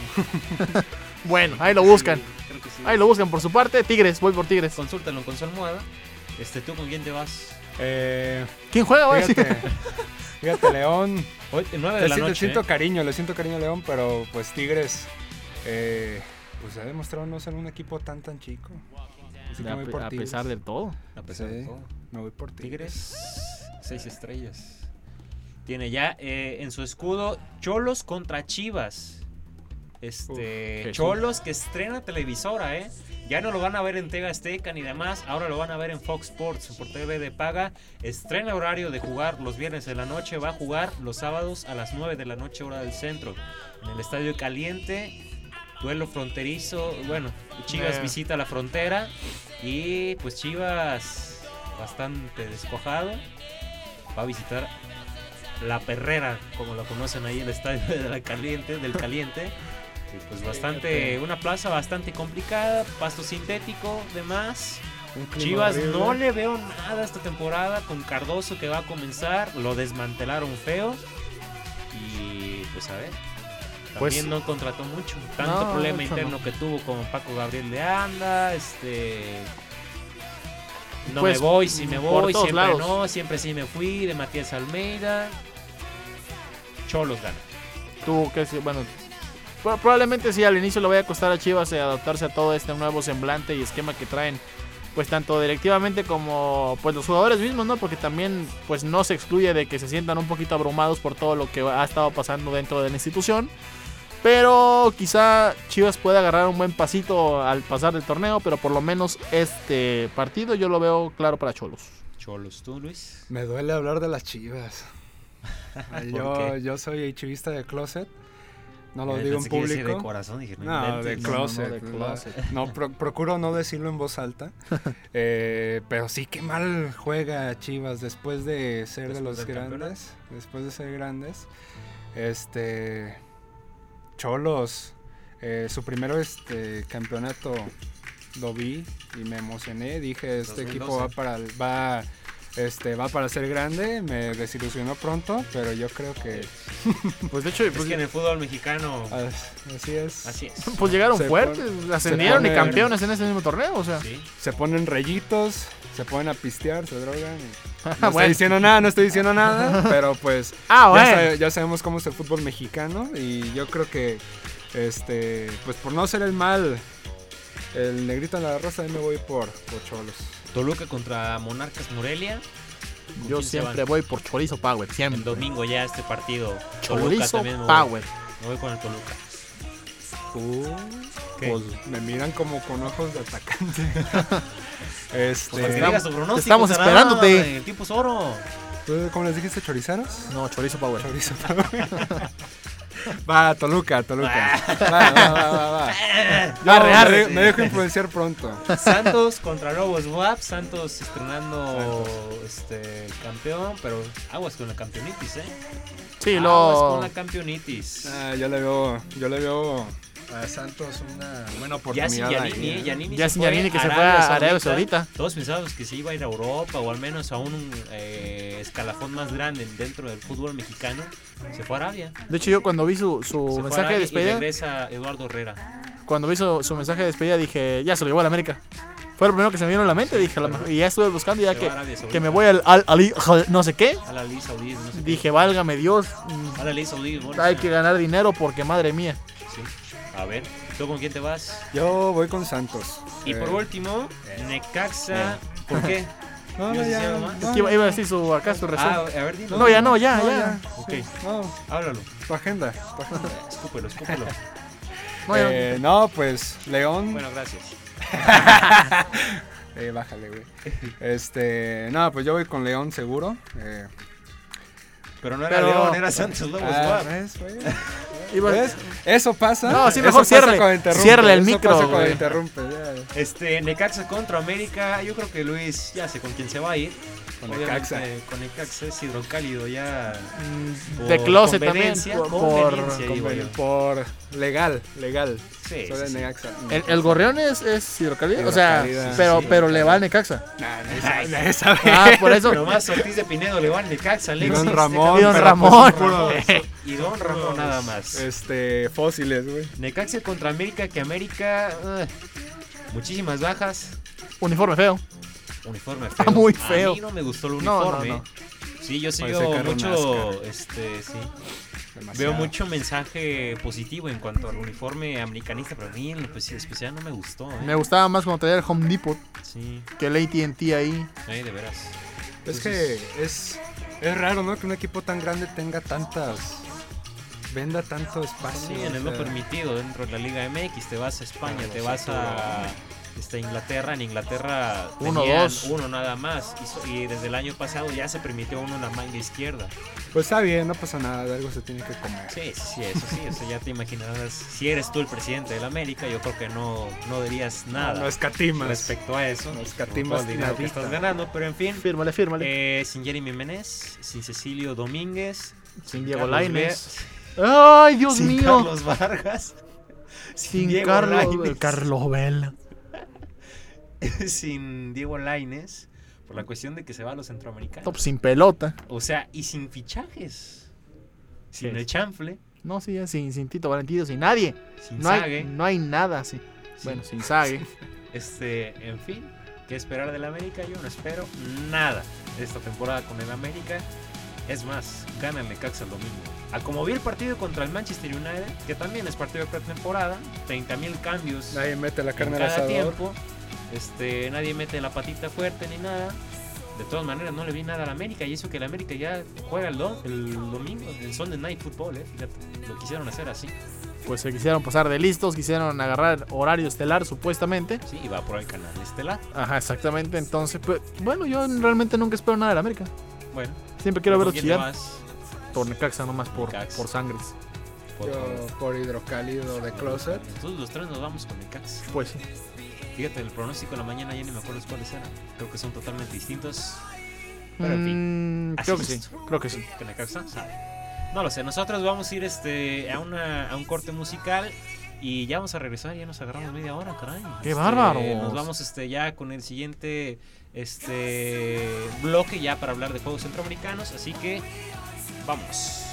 Speaker 5: Bueno, ahí lo buscan.
Speaker 3: Creo que sí.
Speaker 5: Ahí lo buscan por su parte. Tigres, voy por Tigres.
Speaker 3: Consúltalo con su almohada. Este, ¿tú con quién te vas?
Speaker 4: Eh,
Speaker 5: ¿Quién juega hoy?
Speaker 4: fíjate, fíjate, León.
Speaker 3: Hoy, 9
Speaker 4: Le
Speaker 3: de la
Speaker 4: siento,
Speaker 3: noche.
Speaker 4: siento
Speaker 3: ¿eh?
Speaker 4: cariño, le siento cariño a León, pero pues Tigres, eh, pues ha demostrado no ser un equipo tan tan chico. Así que me voy por
Speaker 5: A,
Speaker 4: Tigres.
Speaker 5: pesar del todo.
Speaker 3: A pesar de
Speaker 4: Sí.
Speaker 3: todo.
Speaker 4: Me voy por Tigres.
Speaker 3: Tigres, seis estrellas. Tiene ya eh, en su escudo Cholos contra Chivas. Este
Speaker 5: Jesús.
Speaker 3: Cholos que estrena televisora, ¿eh? Ya no lo van a ver en Tega Azteca ni demás, ahora lo van a ver en Fox Sports, por TV de paga. Estrena horario de jugar los viernes de la noche, va a jugar los sábados a las 9 de la noche hora del centro. En el Estadio Caliente, duelo fronterizo, bueno, Chivas
Speaker 4: Eh.
Speaker 3: visita la frontera y pues Chivas bastante despojado va a visitar la perrera, como lo conocen ahí en el estadio de la caliente, del caliente. Y, pues bastante, una plaza bastante complicada, pasto sintético, demás.
Speaker 4: Un clima
Speaker 3: Chivas
Speaker 4: horrible.
Speaker 3: no le veo nada esta temporada con Cardoso que va a comenzar, lo desmantelaron feo y pues a ver.
Speaker 5: Pues-
Speaker 3: También no contrató mucho, tanto
Speaker 5: No,
Speaker 3: problema
Speaker 5: mucho
Speaker 3: interno que tuvo con Paco Gabriel de Anda, este no
Speaker 5: Pues,
Speaker 3: me voy, si me
Speaker 5: por
Speaker 3: voy,
Speaker 5: todos
Speaker 3: siempre
Speaker 5: lados.
Speaker 3: no, siempre sí me fui, de Matías Almeida. Cholos gana.
Speaker 5: Tú, que sí, bueno. pro- Probablemente sí, al inicio le vaya a costar a Chivas eh, adaptarse a todo este nuevo semblante y esquema que traen, pues tanto directivamente como pues los jugadores mismos, ¿no? Porque también pues no se excluye de que se sientan un poquito abrumados por todo lo que ha estado pasando dentro de la institución. Pero quizá Chivas pueda agarrar un buen pasito al pasar del torneo, pero por lo menos este partido yo lo veo claro para Cholos.
Speaker 3: Cholos, tú Luis.
Speaker 4: Me duele hablar de las Chivas. Ay, yo,
Speaker 3: qué?
Speaker 4: yo soy chivista de closet. No lo
Speaker 3: Eh,
Speaker 4: digo en
Speaker 3: pensé que iba a decir
Speaker 4: público.
Speaker 3: de corazón, dije, no
Speaker 4: No, de
Speaker 3: inventes.
Speaker 4: closet.
Speaker 5: de
Speaker 4: ¿verdad?
Speaker 5: closet.
Speaker 4: No, pro- procuro no decirlo en voz alta. Eh, pero sí, qué mal juega Chivas después de ser de
Speaker 3: Después
Speaker 4: los
Speaker 3: del
Speaker 4: grandes. Después de ser grandes. Este. Cholos. eh, su primero este, campeonato lo vi y me emocioné. Dije, este
Speaker 3: 2012.
Speaker 4: equipo va para el- va, este, va para ser grande. Me desilusionó pronto, pero yo creo que
Speaker 5: Pues de hecho,
Speaker 3: Es
Speaker 5: pues,
Speaker 3: que en el fútbol mexicano
Speaker 4: as- así es.
Speaker 3: así es.
Speaker 5: pues llegaron
Speaker 4: Se
Speaker 5: fuertes, ascendieron y
Speaker 4: pone-
Speaker 5: campeones en ese mismo torneo, o sea.
Speaker 3: Sí.
Speaker 4: Se ponen rayitos, se ponen a pistear, se drogan. y- No
Speaker 5: Ah,
Speaker 4: estoy
Speaker 5: bueno.
Speaker 4: diciendo nada, no estoy diciendo nada, pero pues
Speaker 5: Ah,
Speaker 4: ya,
Speaker 5: bueno.
Speaker 4: sabe- ya sabemos cómo es el fútbol mexicano y yo creo que, este, pues por no ser el mal, el negrito en la rosa, ahí me voy por, por Cholos.
Speaker 3: Toluca contra Monarcas Morelia. ¿Con
Speaker 5: Yo
Speaker 3: quién se
Speaker 5: siempre
Speaker 3: van?
Speaker 5: voy por chorizo power, siempre.
Speaker 3: El domingo ya este partido. Toluca
Speaker 5: Chorizo
Speaker 3: también me voy.
Speaker 5: power. Uh,
Speaker 3: Me voy con el Toluca. ¿Qué?
Speaker 4: Pues, me miran como con ojos de atacante. este,
Speaker 3: Pues para que digas tu pronóstico,
Speaker 5: estamos
Speaker 3: Sarán,
Speaker 5: esperándote.
Speaker 3: El tipo es oro.
Speaker 4: ¿tú ¿Cómo les dijiste, chorizaros?
Speaker 5: No, chorizo power.
Speaker 4: Chorizo. va, Toluca, Toluca. Va, va, va, va, va. Yo
Speaker 5: Ah. Arre, arre.
Speaker 4: Me, me dejo influenciar pronto.
Speaker 3: Santos contra Lobos WAP. Santos estrenando este campeón, pero aguas con la campeonitis, ¿eh?
Speaker 5: Sí,
Speaker 3: Aguas con
Speaker 5: lo.
Speaker 3: la campeonitis.
Speaker 4: Ah, yo le veo, yo le veo a Santos una buena
Speaker 3: Ya sin
Speaker 4: oportunidad. ahí,
Speaker 3: Yanini,
Speaker 4: ¿eh?
Speaker 3: ¿eh? Yanini
Speaker 5: Ya
Speaker 3: se
Speaker 5: sin
Speaker 3: fue
Speaker 5: Yanini que
Speaker 3: a
Speaker 5: se fue a Arabia Saudita.
Speaker 3: Todos pensábamos que se iba a ir a Europa o al menos a un eh, escalafón más grande dentro del fútbol mexicano. Se fue a Arabia.
Speaker 5: De hecho, yo cuando vi su, su
Speaker 3: Se fue a
Speaker 5: mensaje
Speaker 3: Arabia
Speaker 5: de
Speaker 3: Y
Speaker 5: despedida,
Speaker 3: regresa Eduardo Herrera.
Speaker 5: cuando vi su, su mensaje de despedida, dije, ya se lo llevó a la América. Fue lo primero que se me vino a la mente, dije, a lo mejor- y ya estuve buscando, ya
Speaker 3: Se
Speaker 5: que,
Speaker 3: va a Arabia Saudita.
Speaker 5: que me voy al, al, Ali- al- no sé qué.
Speaker 3: A la Liga Saudí. No sé qué.
Speaker 5: Dije, válgame Dios, mm,
Speaker 3: A la Liga Saudí. bueno,
Speaker 5: hay
Speaker 3: sí.
Speaker 5: que ganar dinero porque madre mía.
Speaker 3: Sí. A ver, ¿tú con quién te vas?
Speaker 4: Yo voy con Santos.
Speaker 3: Y por
Speaker 4: Eh,
Speaker 3: último, Necaxa ¿Por qué?
Speaker 4: No,
Speaker 3: ¿Ibas a
Speaker 4: no,
Speaker 3: decir
Speaker 4: ya.
Speaker 3: algo más?
Speaker 4: no,
Speaker 5: Es que iba, iba a decir su, acá su resumen.
Speaker 3: Ah, a ver, dilo.
Speaker 5: no, ya no, ya,
Speaker 4: no,
Speaker 5: ya.
Speaker 3: Ok,
Speaker 4: No,
Speaker 3: háblalo.
Speaker 4: tu agenda. tu agenda.
Speaker 3: Escúpelo, escúpelo.
Speaker 5: No, ya no.
Speaker 4: Eh, no, pues León.
Speaker 3: bueno, gracias.
Speaker 4: Eh, bájale, güey. Este, no, pues yo voy con León seguro. Eh,
Speaker 3: Pero no era
Speaker 5: Pero-
Speaker 3: León, era Santos Lobos.
Speaker 4: ah,
Speaker 3: guau.
Speaker 4: ¿ves, güey?
Speaker 5: Iba-
Speaker 4: ¿Ves? Eso pasa.
Speaker 5: No, sí,
Speaker 4: Eso
Speaker 5: mejor
Speaker 4: pasa
Speaker 5: ciérrele.
Speaker 4: cuando interrumpe,
Speaker 5: Ciérrele el
Speaker 4: eso
Speaker 5: micro,
Speaker 4: pasa cuando
Speaker 5: güey.
Speaker 4: interrumpe, ya.
Speaker 3: Este, Necaxa contra América. Yo creo que Luis ya sé con quién se va a ir.
Speaker 4: Con
Speaker 3: Obviamente,
Speaker 4: Necaxa.
Speaker 3: Con Necaxa es hidrocálido ya. por
Speaker 5: De closet también.
Speaker 3: conveniencia,
Speaker 5: Por,
Speaker 3: conveniencia,
Speaker 5: por-
Speaker 3: digo yo.
Speaker 4: Por legal, legal.
Speaker 3: Sí,
Speaker 4: Soy
Speaker 3: sí,
Speaker 4: de
Speaker 3: sí.
Speaker 4: Necaxa.
Speaker 5: el, el gorreón es, es hidrocalidad. O sea,
Speaker 4: Hidrocalidad.
Speaker 5: pero,
Speaker 3: Sí, sí,
Speaker 5: pero le va al Necaxa.
Speaker 4: Nah, nadie sabe- nadie sabe.
Speaker 5: Ah, por eso.
Speaker 3: Nomás Ortiz de Pinedo le va al Necaxa,
Speaker 4: Y
Speaker 3: Alexis. Este
Speaker 4: Don
Speaker 3: Necaxa,
Speaker 4: Ramón.
Speaker 5: Y Don
Speaker 4: pero
Speaker 5: Ramón.
Speaker 4: pues, puro- pues,
Speaker 3: Y Don Ramón nada más.
Speaker 4: Este, fósiles, güey.
Speaker 3: Necaxa contra América, que América. ugh, muchísimas bajas.
Speaker 5: Uniforme feo.
Speaker 3: Uniforme feo.
Speaker 5: Está muy
Speaker 3: A
Speaker 5: feo.
Speaker 3: mí no me gustó el
Speaker 5: no,
Speaker 3: uniforme.
Speaker 5: no.
Speaker 3: Sí, yo sí
Speaker 4: Parece
Speaker 3: veo
Speaker 4: carro
Speaker 3: mucho.
Speaker 4: NASCAR.
Speaker 3: Este, sí.
Speaker 4: Demasiado.
Speaker 3: Veo mucho mensaje positivo en cuanto al uniforme americanista, pero a mí en lo pues, especial no me gustó. ¿eh?
Speaker 5: Me gustaba más cuando traía el Home Depot
Speaker 3: Sí,
Speaker 5: que el ATT ahí.
Speaker 3: ay, de veras.
Speaker 4: Es que es, es raro, ¿no? Que un equipo tan grande tenga tantas. Venda tanto espacio.
Speaker 3: Sí, en
Speaker 4: Ah, o
Speaker 3: el no
Speaker 4: sea,
Speaker 3: permitido dentro de la Liga MX. Te vas a España, te vas a este, Inglaterra. En Inglaterra
Speaker 5: Uno,
Speaker 3: tenían
Speaker 5: dos.
Speaker 3: uno nada más. Y so- Y, desde el año pasado ya se permitió uno en la manga izquierda.
Speaker 4: Pues está bien, no pasa nada, de algo se tiene que comer.
Speaker 3: Sí, sí, sí, eso sí. O sea, ya te imaginarás. Si eres tú el presidente del América, yo creo que no, no dirías nada
Speaker 4: No escatimas.
Speaker 3: respecto a eso.
Speaker 4: no
Speaker 3: con
Speaker 4: escatimas
Speaker 3: todo el dinero que
Speaker 4: nadita.
Speaker 3: estás ganando. Pero en fin,
Speaker 5: Fírmale, fírmale.
Speaker 3: eh, sin Jeremy Menés, sin Cecilio Domínguez,
Speaker 5: sin Diego
Speaker 3: Carlos
Speaker 5: Lainez. Ay, Dios
Speaker 3: sin
Speaker 5: mío.
Speaker 3: Carlos Vargas,
Speaker 5: sin
Speaker 3: Diego
Speaker 5: Carlos.
Speaker 3: Lainez.
Speaker 5: Carlos Vela.
Speaker 3: sin Diego Laines por la cuestión de que se va a los centroamericanos.
Speaker 5: No, pues, sin pelota.
Speaker 3: O sea, y sin fichajes. Sin
Speaker 5: Sí.
Speaker 3: el chanfle,
Speaker 5: Eh, No, sí, ya sin, sin Tito Valentino, sin nadie.
Speaker 3: sin
Speaker 5: No
Speaker 3: Sague,
Speaker 5: hay, no hay nada así. Bueno, sin Sague.
Speaker 3: Este, en fin, ¿qué esperar del América? Yo no espero nada de esta temporada con el América. Es más, gana el Necaxa el domingo. A como vi el partido contra el Manchester United, que también es partido de pretemporada, 30.000 cambios
Speaker 4: Nadie mete la
Speaker 3: en
Speaker 4: carne al
Speaker 3: cada
Speaker 4: asador.
Speaker 3: tiempo. Este, nadie mete la patita fuerte ni nada. De todas maneras, no le vi nada al América. Y eso que el América ya juega el, do- el domingo, el Sunday Night Football, eh, fíjate. Lo quisieron hacer así.
Speaker 5: Pues se quisieron pasar de listos, quisieron agarrar horario estelar supuestamente.
Speaker 3: Sí, y va por el canal este estelar.
Speaker 5: Ajá, exactamente. Entonces, pues, bueno, yo realmente nunca espero nada de la América.
Speaker 3: Bueno,
Speaker 5: Siempre quiero verlo
Speaker 3: ¿con quién te
Speaker 5: chillar.
Speaker 3: vas?
Speaker 5: Por Necaxa, nomás por,
Speaker 3: Necaxa.
Speaker 5: por sangres.
Speaker 3: Por favor.
Speaker 4: Yo por hidrocálido de closet.
Speaker 3: Entonces los tres nos vamos con Necaxa.
Speaker 5: Pues sí.
Speaker 3: Fíjate, el pronóstico de la mañana ya ni me acuerdo cuáles eran. Creo que son totalmente distintos. Pero en fin,
Speaker 5: Mm,
Speaker 3: así
Speaker 5: creo que
Speaker 3: es
Speaker 5: sí,
Speaker 3: esto.
Speaker 5: creo que sí.
Speaker 3: que Necaxa sabe. No lo sé, nosotros vamos a ir este, a, una, a un corte musical y ya vamos a regresar, ya nos agarramos media hora, caray.
Speaker 5: ¡Qué
Speaker 3: Este,
Speaker 5: bárbaros!
Speaker 3: Nos vamos este, ya con el siguiente este, bloque ya para hablar de juegos centroamericanos, así que vamos.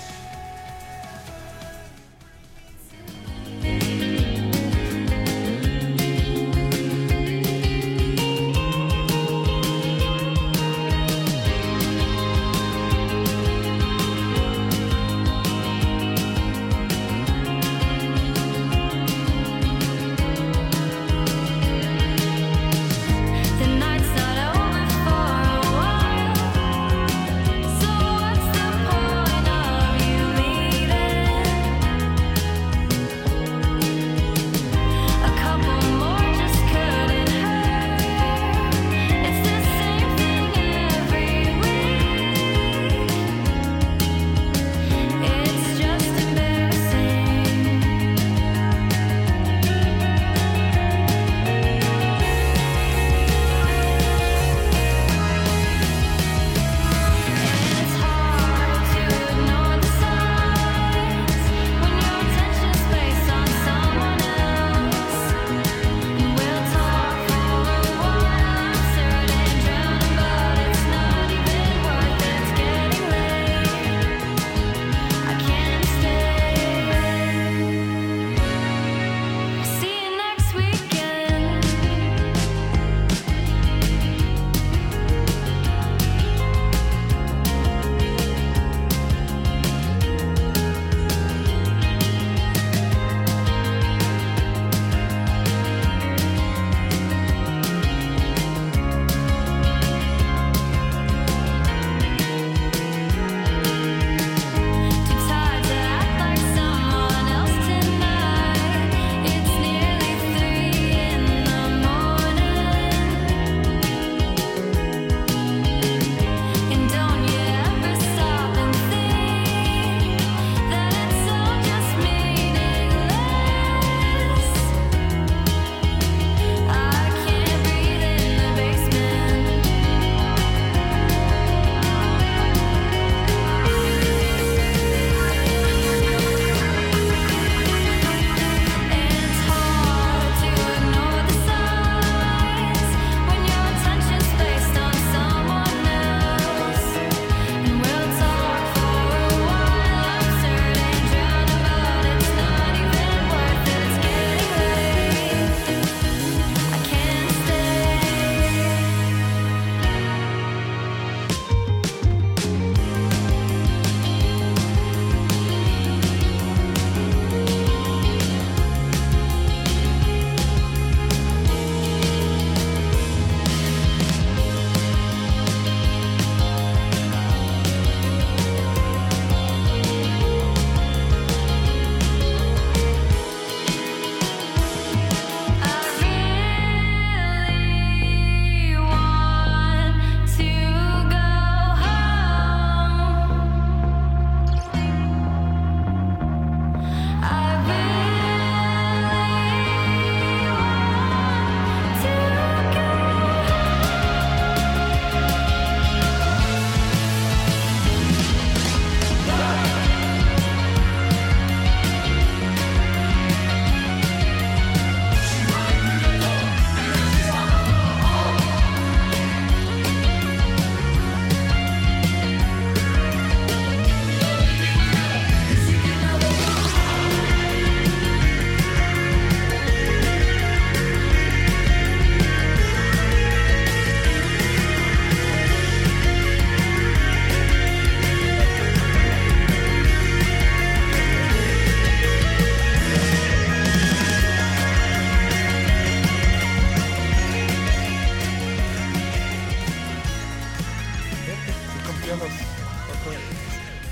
Speaker 6: The night's not over for a while, so what's the point of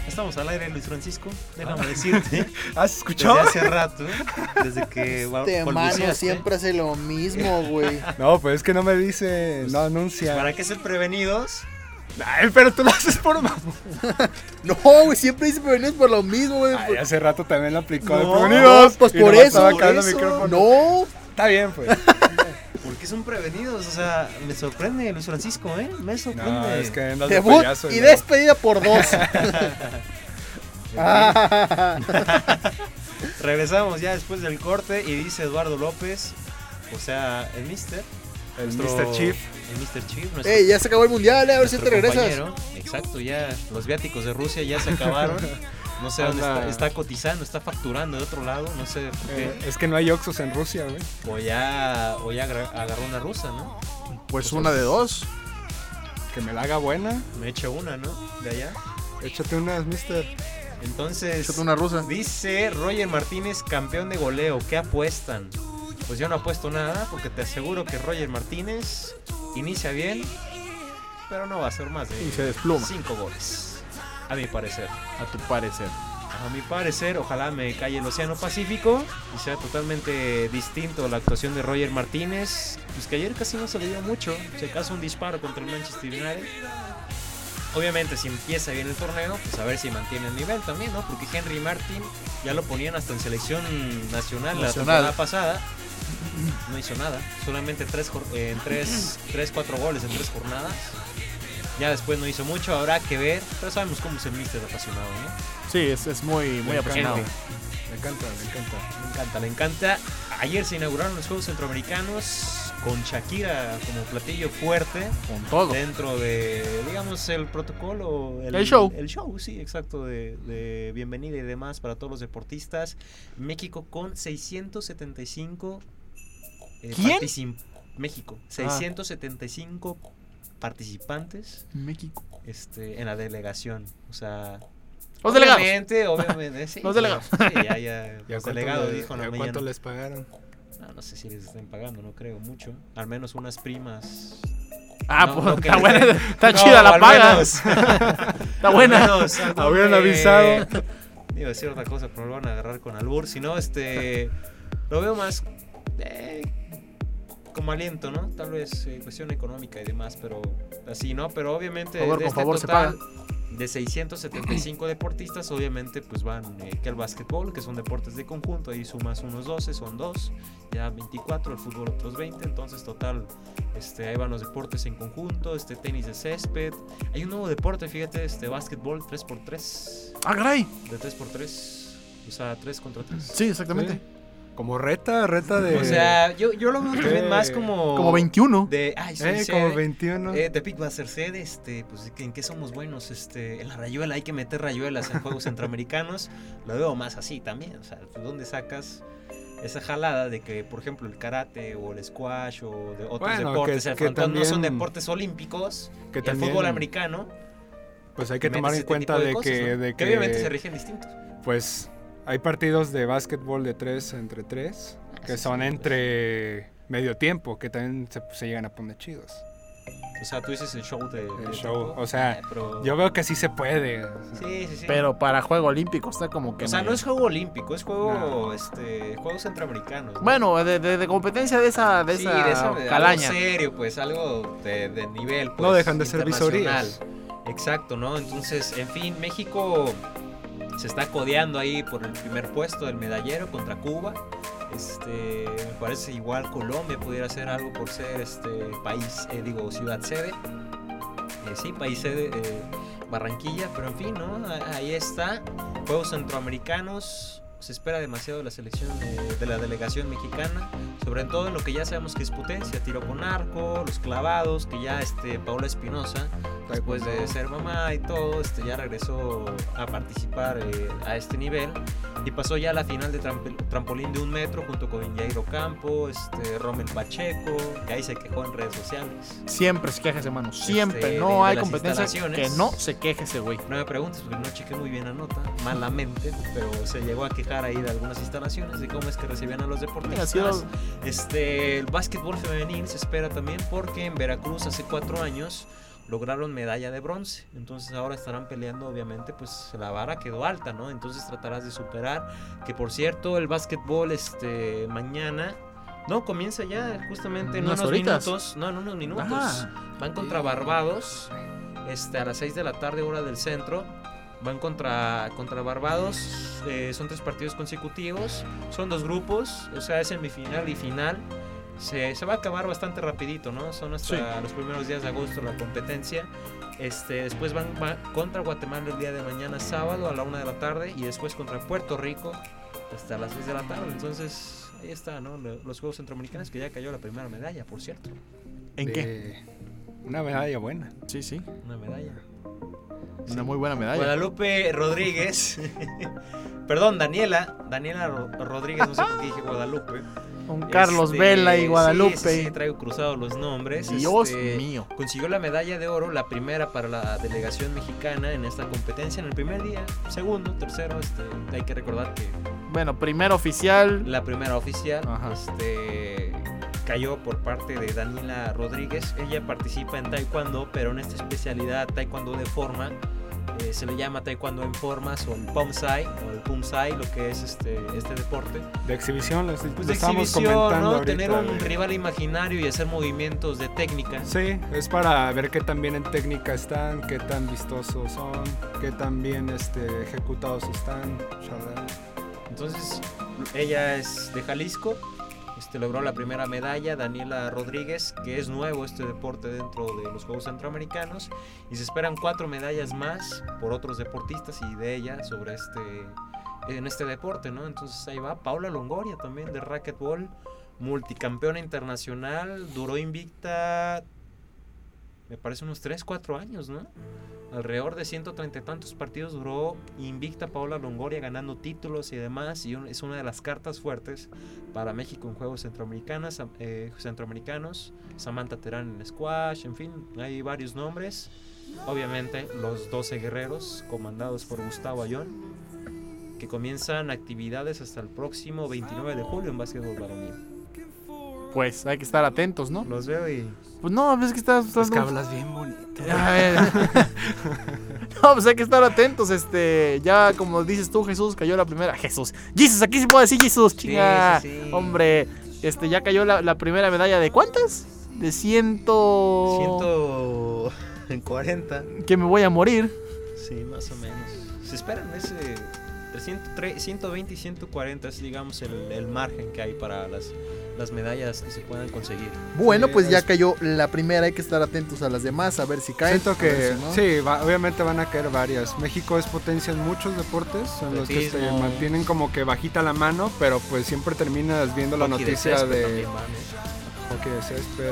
Speaker 3: estamos al aire, Luis Francisco.
Speaker 5: Ah.
Speaker 3: Déjame decirte.
Speaker 4: ¿Has
Speaker 3: Desde
Speaker 4: escuchado?
Speaker 3: hace rato, desde que va-
Speaker 7: Este mano
Speaker 3: balbuceaste.
Speaker 7: siempre hace lo mismo, güey.
Speaker 4: No, pues es que no me dice,
Speaker 7: Pues,
Speaker 4: no anuncia.
Speaker 3: ¿Para qué ser prevenidos?
Speaker 4: Ay, pero tú lo haces por mamón.
Speaker 7: No, güey, siempre dice prevenidos por lo mismo, güey.
Speaker 5: Ah,
Speaker 4: Ay, hace rato también lo aplicó. de
Speaker 3: No,
Speaker 4: prevenidos.
Speaker 7: pues
Speaker 4: y
Speaker 7: por
Speaker 4: nomás
Speaker 7: eso,
Speaker 4: estaba
Speaker 7: por
Speaker 4: cagando el
Speaker 7: eso.
Speaker 4: micrófono.
Speaker 7: No,
Speaker 4: Está bien, pues.
Speaker 3: ¿Por qué son prevenidos? O sea, me sorprende Luis Francisco, ¿eh? Me sorprende.
Speaker 4: No, es que andas de
Speaker 7: debut
Speaker 4: payaso.
Speaker 7: y
Speaker 4: ya.
Speaker 7: despedida por dos. Ah,
Speaker 3: Regresamos ya después del corte y dice Eduardo López, o sea, el Mister.
Speaker 4: El
Speaker 3: nuestro-
Speaker 4: Mr. Chief.
Speaker 3: El Mr. Chief, nuestro,
Speaker 7: Ey, ya se acabó el mundial, eh, a ver si
Speaker 3: nuestro
Speaker 7: te regresas.
Speaker 3: compañero. Exacto, ya los viáticos de Rusia ya se acabaron. No sé dónde
Speaker 4: Anda.
Speaker 3: está, está cotizando, está facturando de otro lado, no sé por qué.
Speaker 4: Eh, es que no hay Oxos en Rusia, güey.
Speaker 3: O ya, o ya agra- agarró una rusa, ¿no?
Speaker 5: Pues una de dos.
Speaker 4: Que me la haga buena.
Speaker 3: Me echa una, ¿no? De allá.
Speaker 4: Échate unas, mister.
Speaker 3: Entonces,
Speaker 5: Échate una rusa.
Speaker 3: dice Roger Martínez, campeón de goleo, ¿qué apuestan? Pues yo no apuesto nada porque te aseguro que Roger Martínez inicia bien, pero no va a ser más
Speaker 5: Y
Speaker 3: de
Speaker 5: se despluma,
Speaker 3: 5 goles, a mi parecer.
Speaker 5: a tu parecer.
Speaker 3: A mi parecer, ojalá me calle el Océano Pacífico y sea totalmente distinto la actuación de Roger Martínez, pues que ayer casi no se le dio mucho, se acaso un disparo contra el Manchester United. Obviamente, si empieza bien el torneo, pues a ver si mantiene el nivel también, ¿no? Porque Henry Martin ya lo ponían hasta en selección nacional, la
Speaker 5: Nacional.
Speaker 3: temporada pasada. No hizo nada, solamente tres, jor- eh, en tres, tres, cuatro goles en tres jornadas. Ya después no hizo mucho, habrá que ver, pero sabemos cómo es el míster apasionado, ¿no?
Speaker 5: Sí, es, es muy, muy apasionado.
Speaker 3: Henry.
Speaker 4: Me encanta, me encanta.
Speaker 3: Me encanta, me encanta. Ayer se inauguraron los Juegos Centroamericanos con Shakira como platillo fuerte
Speaker 5: Con todo.
Speaker 3: dentro de, digamos, el protocolo.
Speaker 5: El show.
Speaker 3: El show, sí, exacto, de, de bienvenida y demás para todos los deportistas. México con 675 eh,
Speaker 5: ¿Quién? Ah.
Speaker 3: particip- México, 675 participantes
Speaker 5: México.
Speaker 3: este, en la delegación. O sea,
Speaker 5: Los delegados.
Speaker 3: Obviamente, obviamente. sí,
Speaker 5: Los delegados.
Speaker 3: sí, ya, ya,
Speaker 4: ¿Y a
Speaker 3: los
Speaker 4: cuánto
Speaker 3: delegados
Speaker 4: le-
Speaker 3: Este dijo
Speaker 4: ¿y
Speaker 3: no,
Speaker 4: a
Speaker 3: me
Speaker 4: cuánto
Speaker 3: lleno.
Speaker 4: les pagaron?
Speaker 3: No, no sé si les estén pagando, no creo mucho. Al menos unas primas.
Speaker 5: Ah,
Speaker 3: No,
Speaker 5: pues
Speaker 3: no, que
Speaker 5: está
Speaker 3: no.
Speaker 5: buena. Está
Speaker 3: No,
Speaker 5: chida la
Speaker 3: al
Speaker 5: paga.
Speaker 3: menos.
Speaker 5: Está buena.
Speaker 4: Habrían avisado.
Speaker 3: Iba a decir otra cosa, pero no lo van a agarrar con albur. Si no, este. Lo veo más. eh, como aliento, ¿no? Tal vez eh, cuestión económica y demás, pero así, ¿no? Pero obviamente.
Speaker 5: Favor
Speaker 3: de
Speaker 5: con
Speaker 3: este
Speaker 5: favor se
Speaker 3: total De 675 deportistas, obviamente, pues van eh, que el básquetbol, que son deportes de conjunto, ahí sumas unos 12, son dos, ya 24, el fútbol otros 20, entonces total, este, ahí van los deportes en conjunto, este tenis de césped, hay un nuevo deporte, fíjate, este básquetbol 3x3.
Speaker 5: Ah, caray.
Speaker 3: De 3x3. O sea, 3 contra 3.
Speaker 5: Sí, exactamente.
Speaker 4: Como reta, reta de.
Speaker 3: O sea, yo, yo lo veo también
Speaker 4: Eh,
Speaker 3: más como.
Speaker 5: Como 21.
Speaker 3: Oh. De. Ay, soy
Speaker 4: eh,
Speaker 3: sede.
Speaker 4: como 21.
Speaker 3: Eh, Tepic va a ser sede, este, pues ¿en qué somos buenos? Este, en la rayuela hay que meter rayuelas en Juegos Centroamericanos. Lo veo más así también. O sea, ¿de dónde sacas esa jalada de que, por ejemplo, el karate o el squash o de otros
Speaker 4: Bueno,
Speaker 3: deportes,
Speaker 4: que-
Speaker 3: el
Speaker 4: que
Speaker 3: frontón no son
Speaker 4: también-
Speaker 3: deportes olímpicos,
Speaker 4: que
Speaker 3: y
Speaker 4: también,
Speaker 3: el fútbol americano?
Speaker 4: Pues hay que
Speaker 3: metes
Speaker 4: tomar en
Speaker 3: este
Speaker 4: cuenta
Speaker 3: tipo
Speaker 4: de,
Speaker 3: cosas,
Speaker 4: que,
Speaker 3: ¿no?
Speaker 4: de que.
Speaker 3: obviamente se rigen distintos.
Speaker 4: Pues hay partidos de básquetbol de 3 entre 3
Speaker 3: Ah,
Speaker 4: que son
Speaker 3: pues.
Speaker 4: entre medio tiempo, que también se, se llegan a poner chidos.
Speaker 3: O sea, tú dices el show de. de
Speaker 4: El show,
Speaker 3: Tepic.
Speaker 4: o sea,
Speaker 3: Eh, pero-
Speaker 4: Yo veo que sí se puede. o sea,
Speaker 3: Sí, sí, sí.
Speaker 5: Pero para juego olímpico está como que.
Speaker 3: o sea, no es juego olímpico, es juego,
Speaker 4: No.
Speaker 3: este, juegos centroamericanos. ¿no?
Speaker 5: Bueno, de, de- de competencia de esa, de
Speaker 3: Sí,
Speaker 5: esa,
Speaker 3: de esa- de
Speaker 5: calaña.
Speaker 3: Algo serio, pues, algo de, de nivel.
Speaker 4: no
Speaker 3: pues,
Speaker 4: dejan de ser visorías.
Speaker 3: internacional. Exacto, ¿no? Entonces, en fin, México se está codeando ahí por el primer puesto del medallero contra Cuba. Este, me parece igual Colombia pudiera hacer algo por ser este país, eh, digo, ciudad sede. Eh, sí, país sede, eh, Barranquilla, pero en fin, ¿no? A- Ahí está. Juegos centroamericanos. Se espera demasiado de la selección eh, de la delegación mexicana, sobre todo en lo que ya sabemos que es potencia, tiro con arco, los clavados, que ya este Paula Espinosa después de ser mamá y todo, este, ya regresó a participar eh, a este nivel y pasó ya a la final de trampe- trampolín de un metro junto con Jairo Campo, este, Romel Pacheco, que ahí se quejó en redes sociales.
Speaker 5: Siempre se queja ese mano. Siempre.
Speaker 3: Este, de-
Speaker 5: no
Speaker 3: de
Speaker 5: hay
Speaker 3: las
Speaker 5: competencia que
Speaker 3: instalaciones.
Speaker 5: no se queje ese güey.
Speaker 3: No me preguntes porque no chequé muy bien la nota, malamente, pero se llegó a quejar ahí de algunas instalaciones, de cómo es que recibían a los
Speaker 5: Ha
Speaker 3: deportistas.
Speaker 5: sido-
Speaker 3: Este, el básquetbol femenil se espera también porque en Veracruz hace cuatro años lograron medalla de bronce. Entonces ahora estarán peleando, obviamente, pues la vara quedó alta, ¿no? Entonces tratarás de superar. Que por cierto, el básquetbol este, mañana... No, comienza ya justamente en
Speaker 5: Unas
Speaker 3: unos
Speaker 5: horitas.
Speaker 3: minutos. No, en unos minutos.
Speaker 5: Ah.
Speaker 3: Van contra Barbados este, a las 6 de la tarde, hora del centro. Van contra, contra Barbados. eh, son tres partidos consecutivos. Son dos grupos. O sea, es semifinal y final. Se, se va a acabar bastante rapidito, ¿no? Son hasta los primeros días de agosto la competencia. Este, después van, va- contra Guatemala el día de mañana, sábado, a la 1 de la tarde. Y después contra Puerto Rico hasta las 6 de la tarde. Entonces, ahí está, ¿no? Lo- Los Juegos Centroamericanos, que ya cayó la primera medalla, por cierto.
Speaker 5: ¿En qué?
Speaker 4: de Una medalla buena.
Speaker 5: Sí, sí.
Speaker 3: Una medalla.
Speaker 5: Una muy buena medalla.
Speaker 3: Guadalupe Rodríguez. Perdón, Daniela. Daniela Ro- Rodríguez, no sé por qué dije Guadalupe.
Speaker 5: Con Carlos
Speaker 3: Este,
Speaker 5: Vela y
Speaker 3: sí,
Speaker 5: Guadalupe.
Speaker 3: Sí, sí, traigo cruzados los nombres.
Speaker 5: Dios
Speaker 3: Este,
Speaker 5: mío.
Speaker 3: Consiguió la medalla de oro, la primera para la delegación mexicana en esta competencia en el primer día, segundo, tercero. Este, hay que recordar que
Speaker 5: Bueno, primero oficial.
Speaker 3: la primera oficial
Speaker 5: Ajá.
Speaker 3: este, cayó por parte de Daniela Rodríguez. Ella participa en taekwondo, pero en esta especialidad taekwondo de forma. eh, se le llama taekwondo en formas o el pomsai o el pumsai, lo que es este, este deporte.
Speaker 4: De exhibición, las
Speaker 3: Pues
Speaker 4: lo
Speaker 3: de
Speaker 4: estábamos
Speaker 3: exhibición,
Speaker 4: comentando
Speaker 3: ¿no?
Speaker 4: ahorita,
Speaker 3: Tener un
Speaker 4: de-
Speaker 3: rival imaginario y hacer movimientos de técnica.
Speaker 4: Sí, es para ver qué tan bien en técnica están, qué tan vistosos son, qué tan bien este, ejecutados están. shalala.
Speaker 3: Entonces, ella es de Jalisco. Este, logró la primera medalla, Daniela Rodríguez, que es nuevo este deporte dentro de los Juegos Centroamericanos. Y se esperan cuatro medallas más por otros deportistas y de ella sobre este, en este deporte, ¿no? Entonces ahí va Paula Longoria también de racquetball, multicampeona internacional, duró invicta, me parece unos 3, 4 años, ¿no? Alrededor de 130 y tantos partidos duró invicta Paola Longoria ganando títulos y demás. Y un- es una de las cartas fuertes para México en Juegos Centroamericanas, am- eh, Centroamericanos. Samantha Terán en squash, en fin, hay varios nombres. Obviamente los 12 guerreros comandados por Gustavo Ayón que comienzan actividades hasta el próximo 29 de julio en básquetbol varonil.
Speaker 5: Pues hay que estar atentos, ¿no?
Speaker 3: Los veo y...
Speaker 5: Pues no, es que estás. estás-
Speaker 4: Es que hablas bien bonito.
Speaker 5: A ver. No, pues hay que estar atentos, este, ya como dices tú, Jesús, cayó la primera, Jesús, Jesús, aquí se puede decir Jesús, chinga,
Speaker 3: sí, sí.
Speaker 5: hombre, este, ya cayó la, la primera medalla, ¿de cuántas? De ciento...
Speaker 3: Siento en 40.
Speaker 5: que me voy a morir,
Speaker 3: Sí, más o menos. Se esperan ese 300, tre- 120 y 140 es digamos el, el margen que hay para las, las medallas que se puedan conseguir.
Speaker 5: Bueno,
Speaker 4: Sí,
Speaker 5: pues ya
Speaker 4: es-
Speaker 5: cayó la primera, hay que estar atentos a las demás, a ver si caen.
Speaker 4: Siento
Speaker 5: a ver
Speaker 7: pues,
Speaker 4: que
Speaker 5: si no.
Speaker 4: sí, va- obviamente van a caer varias. México es potencia en muchos deportes en los que se
Speaker 3: Atletismo.
Speaker 4: mantienen como que bajita la mano, pero pues siempre terminas viendo la
Speaker 3: Hockey de
Speaker 4: noticia
Speaker 3: césped
Speaker 4: de
Speaker 3: también van, ¿eh?
Speaker 4: hockey de césped.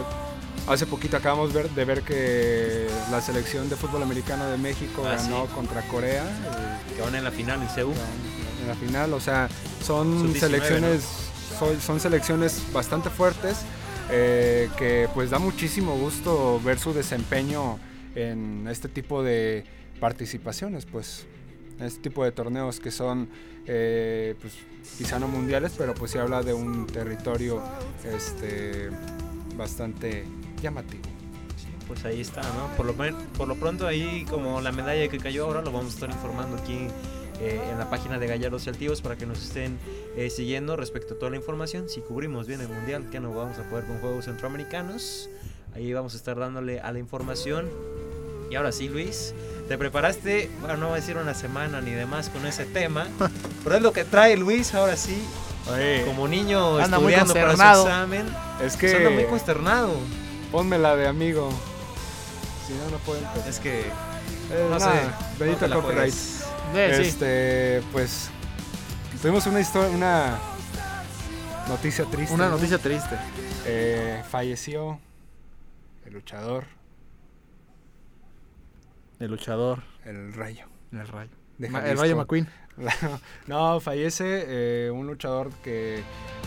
Speaker 4: Hace poquito acabamos ver, de ver que la selección de fútbol americano de México
Speaker 3: Ah,
Speaker 4: ganó
Speaker 3: sí.
Speaker 4: contra Corea. eh,
Speaker 3: Que van en la final en Seúl.
Speaker 4: en la final. O sea, son
Speaker 3: Sub-19,
Speaker 4: selecciones, son, son selecciones bastante fuertes eh, que pues da muchísimo gusto ver su desempeño en este tipo de participaciones, pues, en este tipo de torneos que son eh, pues, quizá no mundiales, pero pues se habla de un territorio este bastante llamativo.
Speaker 3: Sí, Pues ahí está, ¿no? Por lo, men- por lo pronto ahí como la medalla que cayó ahora lo vamos a estar informando aquí eh, en la página de Gallardos y Altivos para que nos estén eh, siguiendo respecto a toda la información. Si cubrimos bien el Mundial, que no vamos a poder con Juegos Centroamericanos, ahí vamos a estar dándole a la información. Y ahora sí, Luis, te preparaste, bueno, no voy a decir una semana ni demás con ese tema, pero es lo que trae Luis ahora sí, como niño
Speaker 5: Anda muy
Speaker 3: estudiando para su
Speaker 5: consternado.
Speaker 3: examen.
Speaker 4: es
Speaker 3: Pues anda muy
Speaker 4: que
Speaker 3: consternado.
Speaker 4: ponme la de amigo. Si no, no pueden. pues,
Speaker 3: Es que
Speaker 4: eh,
Speaker 3: No sé,
Speaker 4: nada,
Speaker 3: no te
Speaker 4: bendito
Speaker 3: la
Speaker 4: copyright.
Speaker 3: juegues.
Speaker 5: Eh, sí.
Speaker 4: Este, pues tuvimos una historia, una noticia triste.
Speaker 5: Una
Speaker 4: ¿no?
Speaker 5: noticia triste.
Speaker 4: Eh, falleció el luchador,
Speaker 5: El luchador,
Speaker 4: el Rayo.
Speaker 5: el rayo.
Speaker 4: de
Speaker 5: Ma- el
Speaker 4: Jalisco.
Speaker 5: rayo McQueen.
Speaker 4: no, fallece eh, un luchador que,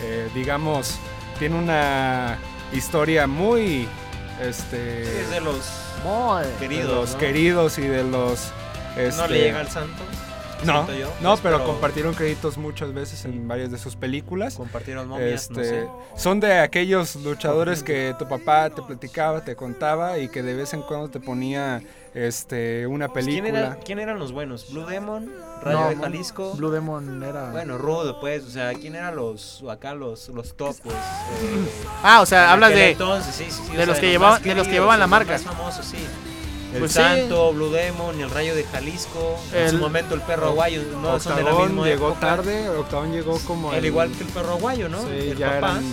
Speaker 4: eh, digamos, tiene una historia muy, este,
Speaker 3: Sí, es de los
Speaker 5: Boy.
Speaker 4: de los
Speaker 3: queridos. ¿no?
Speaker 4: queridos y de los,
Speaker 3: No
Speaker 4: este,
Speaker 3: le llega al santo.
Speaker 4: No,
Speaker 3: siento yo.
Speaker 4: no, pero
Speaker 3: Espero-
Speaker 4: compartieron créditos muchas veces en varias de sus películas.
Speaker 3: Compartieron momias, no
Speaker 4: Este,
Speaker 3: sé.
Speaker 4: Son de aquellos luchadores que tu papá te platicaba, te contaba y que de vez en cuando te ponía este, una
Speaker 3: Pues, ¿Quién,
Speaker 4: película.
Speaker 3: era- quién eran los buenos? ¿Blue Demon? ¿Radio
Speaker 5: No,
Speaker 3: de Jalisco?
Speaker 5: Blue Demon era.
Speaker 3: Bueno, rudo, pues, o sea, ¿quién eran los, acá los, los top, pues? Eh,
Speaker 5: ah, o sea,
Speaker 3: en
Speaker 5: hablas
Speaker 3: aquel
Speaker 5: de.
Speaker 3: entonces, sí, sí, sí,
Speaker 5: de los que
Speaker 3: más
Speaker 5: llevaban- de los que
Speaker 3: queridos,
Speaker 5: llevaban la
Speaker 3: los
Speaker 5: marca.
Speaker 3: Más famosos, sí. El
Speaker 5: Pues sí.
Speaker 3: Santo, Blue Demon, el Rayo de Jalisco, en su
Speaker 5: El-
Speaker 3: momento el Perro Aguayo, no son de la
Speaker 4: Octavón
Speaker 3: misma
Speaker 4: llegó
Speaker 3: época.
Speaker 4: tarde, Octavón llegó como...
Speaker 3: El
Speaker 4: al-
Speaker 3: igual que el Perro Aguayo, ¿no?
Speaker 4: Sí,
Speaker 3: el
Speaker 4: ya
Speaker 3: papá.
Speaker 4: eran-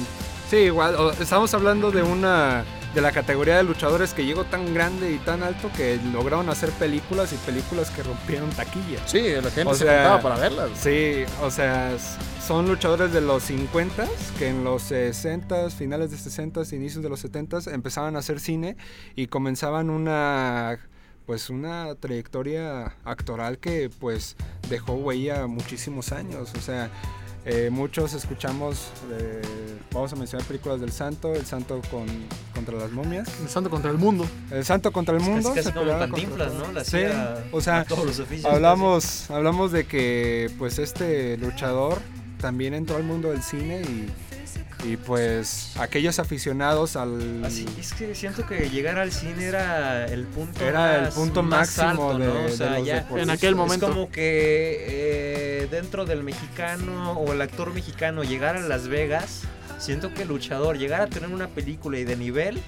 Speaker 4: sí, igual, o- estamos hablando de una... De la categoría de luchadores que llegó tan grande y tan alto que lograron hacer películas y películas que rompieron taquilla.
Speaker 5: Sí, la gente
Speaker 4: O
Speaker 5: se
Speaker 4: sea,
Speaker 5: juntaba para verlas.
Speaker 4: Sí, o sea, s- son luchadores de los 50 que en los 60 finales de 60 inicios de los 70 empezaban a hacer cine y comenzaban una pues una trayectoria actoral que pues dejó huella muchísimos años, o sea, eh, muchos escuchamos, eh, vamos a mencionar películas del Santo, el Santo con, contra las momias,
Speaker 5: Santo contra el mundo.
Speaker 4: el Santo contra el mundo.
Speaker 3: Pues casi
Speaker 4: se
Speaker 3: como
Speaker 4: peleaba contra
Speaker 3: Cantinflas,
Speaker 4: todo.
Speaker 3: ¿no? Le
Speaker 4: Sí,
Speaker 3: hacía
Speaker 4: o sea,
Speaker 3: a todos los oficios.
Speaker 4: Hablamos, hablamos de que pues este luchador también entró al mundo del cine y, y, pues aquellos aficionados al
Speaker 3: Así, es que siento que llegar al cine era el punto
Speaker 4: Era el
Speaker 3: más-
Speaker 4: punto
Speaker 3: más
Speaker 4: máximo
Speaker 3: alto,
Speaker 4: de-
Speaker 3: ¿no? O
Speaker 4: de
Speaker 3: sea,
Speaker 4: los
Speaker 3: ya-
Speaker 4: deportes.
Speaker 5: En aquel momento.
Speaker 3: Es como que eh, dentro del mexicano o el actor mexicano llegar a Las Vegas, siento que el luchador llegar a tener una película y de nivel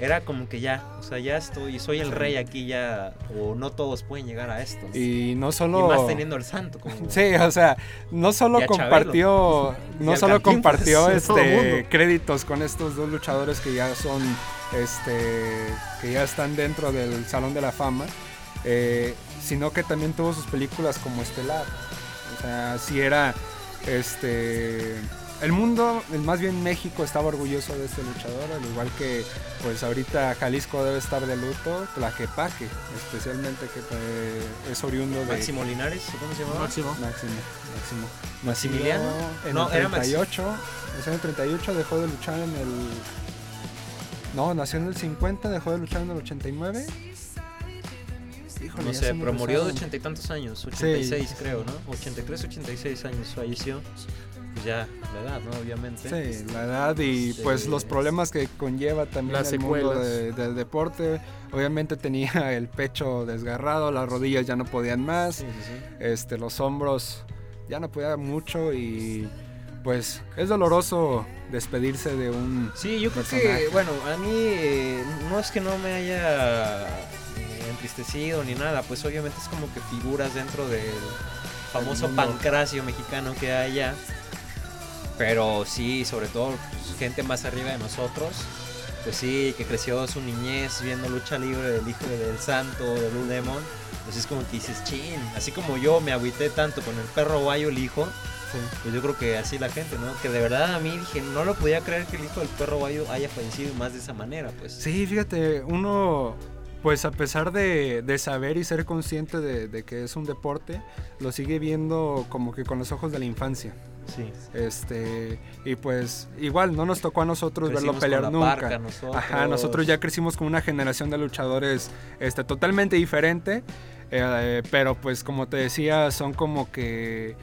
Speaker 3: era como que ya, o sea, ya estoy, soy el rey aquí ya, o no todos pueden llegar a esto. Y,
Speaker 4: y no solo
Speaker 3: más teniendo el santo como
Speaker 4: Sí, o sea, no
Speaker 3: Y
Speaker 4: solo
Speaker 3: a
Speaker 4: compartió,
Speaker 3: Y
Speaker 4: no
Speaker 3: al Cantinflas,
Speaker 4: solo compartió
Speaker 5: de todo
Speaker 4: este
Speaker 5: mundo.
Speaker 4: créditos con estos dos luchadores que ya son este que ya están dentro del Salón de la Fama, eh, sino que también tuvo sus películas como Estelar. O sea, si era este el mundo, el más bien México estaba orgulloso de este luchador, al igual que pues ahorita Jalisco debe estar de luto, Tlaquepaque, especialmente que eh, es oriundo de
Speaker 3: Máximo Linares, ¿o ¿cómo se llamaba?
Speaker 5: Máximo.
Speaker 4: Máximo, Máximo.
Speaker 3: Maximiliano.
Speaker 4: En
Speaker 3: No,
Speaker 4: el
Speaker 3: era Maxi-
Speaker 4: 38, nació en el 38, dejó de luchar en el... No, nació en el 50, dejó de luchar en el 89. Híjole,
Speaker 3: No
Speaker 4: ya
Speaker 3: sé,
Speaker 4: se me
Speaker 3: pero murió de
Speaker 4: pasaron.
Speaker 3: ochenta y tantos años, 86 creo, ¿no? 83, 86 años falleció. Pues ya, la edad, ¿no? Obviamente.
Speaker 4: Sí, la edad y
Speaker 3: Sí.
Speaker 4: pues los problemas que conlleva también
Speaker 5: Las
Speaker 4: el mundo
Speaker 5: secuelas.
Speaker 4: de- del deporte. Obviamente tenía el pecho desgarrado, las rodillas ya no podían más.
Speaker 3: Sí, sí, sí.
Speaker 4: este, los hombros ya no podía mucho y pues es doloroso despedirse de un...
Speaker 3: Sí, yo creo
Speaker 4: personaje.
Speaker 3: que, bueno, a mí eh, no es que no me haya eh, entristecido ni nada, pues obviamente es como que figuras dentro del famoso
Speaker 4: mundo.
Speaker 3: pancracio mexicano que hay allá. Pero sí, sobre todo pues, gente más arriba de nosotros, pues sí, que creció su niñez viendo lucha libre del hijo del santo, de Blue Demon. Entonces Pues es como que dices, chin, así como yo me agüité tanto con el perro guayo, el hijo, pues yo creo que así la gente, ¿no? Que de verdad a mí dije, no lo podía creer que el hijo del perro guayo haya fallecido más de esa manera, pues.
Speaker 4: Sí, fíjate, uno pues a pesar de, de saber y ser consciente de, de que es un deporte, lo sigue viendo como que con los ojos de la infancia.
Speaker 3: sí.
Speaker 4: Este, y pues igual no nos tocó a nosotros verlo
Speaker 3: Crecimos
Speaker 4: pelear
Speaker 3: con la
Speaker 4: nunca.
Speaker 3: parca nosotros.
Speaker 4: Ajá, nosotros ya crecimos con una generación de luchadores este, totalmente diferente, eh, pero pues como te decía, son como que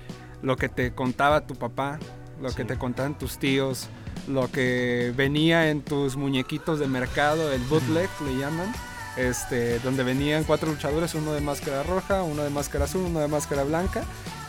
Speaker 4: lo que te contaba tu papá, lo que
Speaker 3: Sí.
Speaker 4: te contaban tus tíos, lo que venía en tus muñequitos de mercado, el bootleg le llaman. Este, donde venían cuatro luchadores, uno de máscara roja, uno de máscara azul, uno de máscara blanca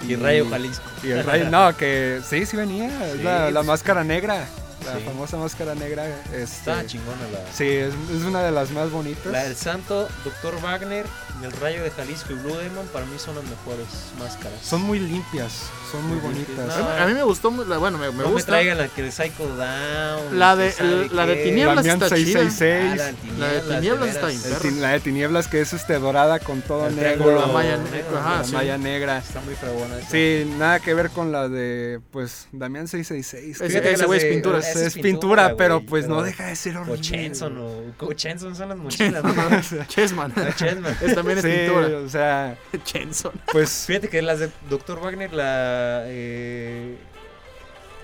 Speaker 3: Y Rayo Jalisco.
Speaker 4: y el rayo, no, que sí, sí venía. es
Speaker 3: Sí,
Speaker 4: la, la
Speaker 3: pues.
Speaker 4: máscara negra. La
Speaker 3: Sí.
Speaker 4: famosa máscara negra. Este,
Speaker 3: Estaba chingona la...
Speaker 4: sí, es, es una de las más bonitas.
Speaker 3: La del Santo, Doctor Wagner, y el Rayo de Jalisco y Blue Demon para mí son las mejores máscaras.
Speaker 4: Son muy limpias, son muy
Speaker 3: Muy
Speaker 4: bonitas.
Speaker 3: limpias. No,
Speaker 5: A mí me gustó, mu- la- bueno, me, me
Speaker 3: no me
Speaker 5: gusta.
Speaker 3: traigan la que de Psycho Down.
Speaker 5: La
Speaker 3: que
Speaker 5: de-
Speaker 3: sabe
Speaker 5: la de
Speaker 3: qué.
Speaker 5: Tinieblas.
Speaker 4: Damián
Speaker 5: está chida.
Speaker 4: 666.
Speaker 3: Ah,
Speaker 5: La de Tinieblas está
Speaker 3: veras.
Speaker 5: bien.
Speaker 4: el tin- la de tinieblas que es este dorada con todo
Speaker 3: El
Speaker 4: negro.
Speaker 3: triángulo
Speaker 5: la malla
Speaker 3: negro,
Speaker 5: negra,
Speaker 3: ¿no?
Speaker 5: ajá,
Speaker 4: la
Speaker 5: sí.
Speaker 4: malla negra.
Speaker 3: Está muy fregona. esa.
Speaker 4: Sí, nada que ver con la de, pues, Damián 666.
Speaker 5: Ese-
Speaker 4: Fíjate que
Speaker 5: ese
Speaker 4: las
Speaker 5: güey es
Speaker 4: de-
Speaker 5: pintura.
Speaker 4: Es,
Speaker 3: Ese es
Speaker 4: pintura,
Speaker 3: pintura,
Speaker 4: pero
Speaker 3: güey,
Speaker 4: pues no
Speaker 3: pero-
Speaker 4: deja de ser
Speaker 3: O
Speaker 4: horrible.
Speaker 3: Chenson, o, o Chenson son las mochilas. ¿no?
Speaker 5: Chessman.
Speaker 3: No, Chenson.
Speaker 5: Es también es
Speaker 4: Sí,
Speaker 5: pintura.
Speaker 4: o sea,
Speaker 5: Chenson.
Speaker 4: pues
Speaker 3: Fíjate que las de Dr. Wagner, la, eh,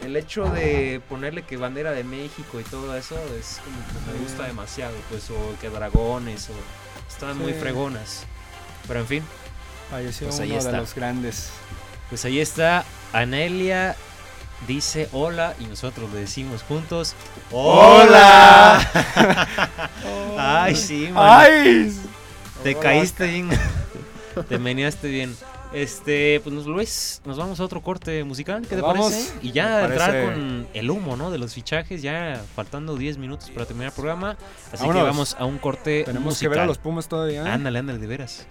Speaker 3: el hecho de ponerle que bandera de México y todo eso es como que me gusta demasiado, pues, o que dragones, o están muy
Speaker 4: Sí.
Speaker 3: fregonas. Pero en fin,
Speaker 4: Falleció
Speaker 3: Pues ahí
Speaker 4: uno de
Speaker 3: está.
Speaker 4: los grandes.
Speaker 3: Pues ahí está, Anelia dice hola y nosotros le decimos juntos ¡Hola! Ay, sí, mano,
Speaker 4: ¡Ay!
Speaker 3: te caíste bien, te meneaste bien. Este, pues nos- Luis, nos vamos a otro corte musical, ¿qué te
Speaker 4: Nos vamos.
Speaker 3: parece? Y ya
Speaker 4: Me
Speaker 3: entrar
Speaker 4: parece.
Speaker 3: con el humo, ¿no? De los fichajes, ya faltando 10 minutos para terminar el programa. Así
Speaker 4: Vámonos.
Speaker 3: que vamos a un corte
Speaker 4: Tenemos que
Speaker 3: musical.
Speaker 4: ver a los Pumas todavía. ¿eh?
Speaker 3: Ándale, ándale, de veras.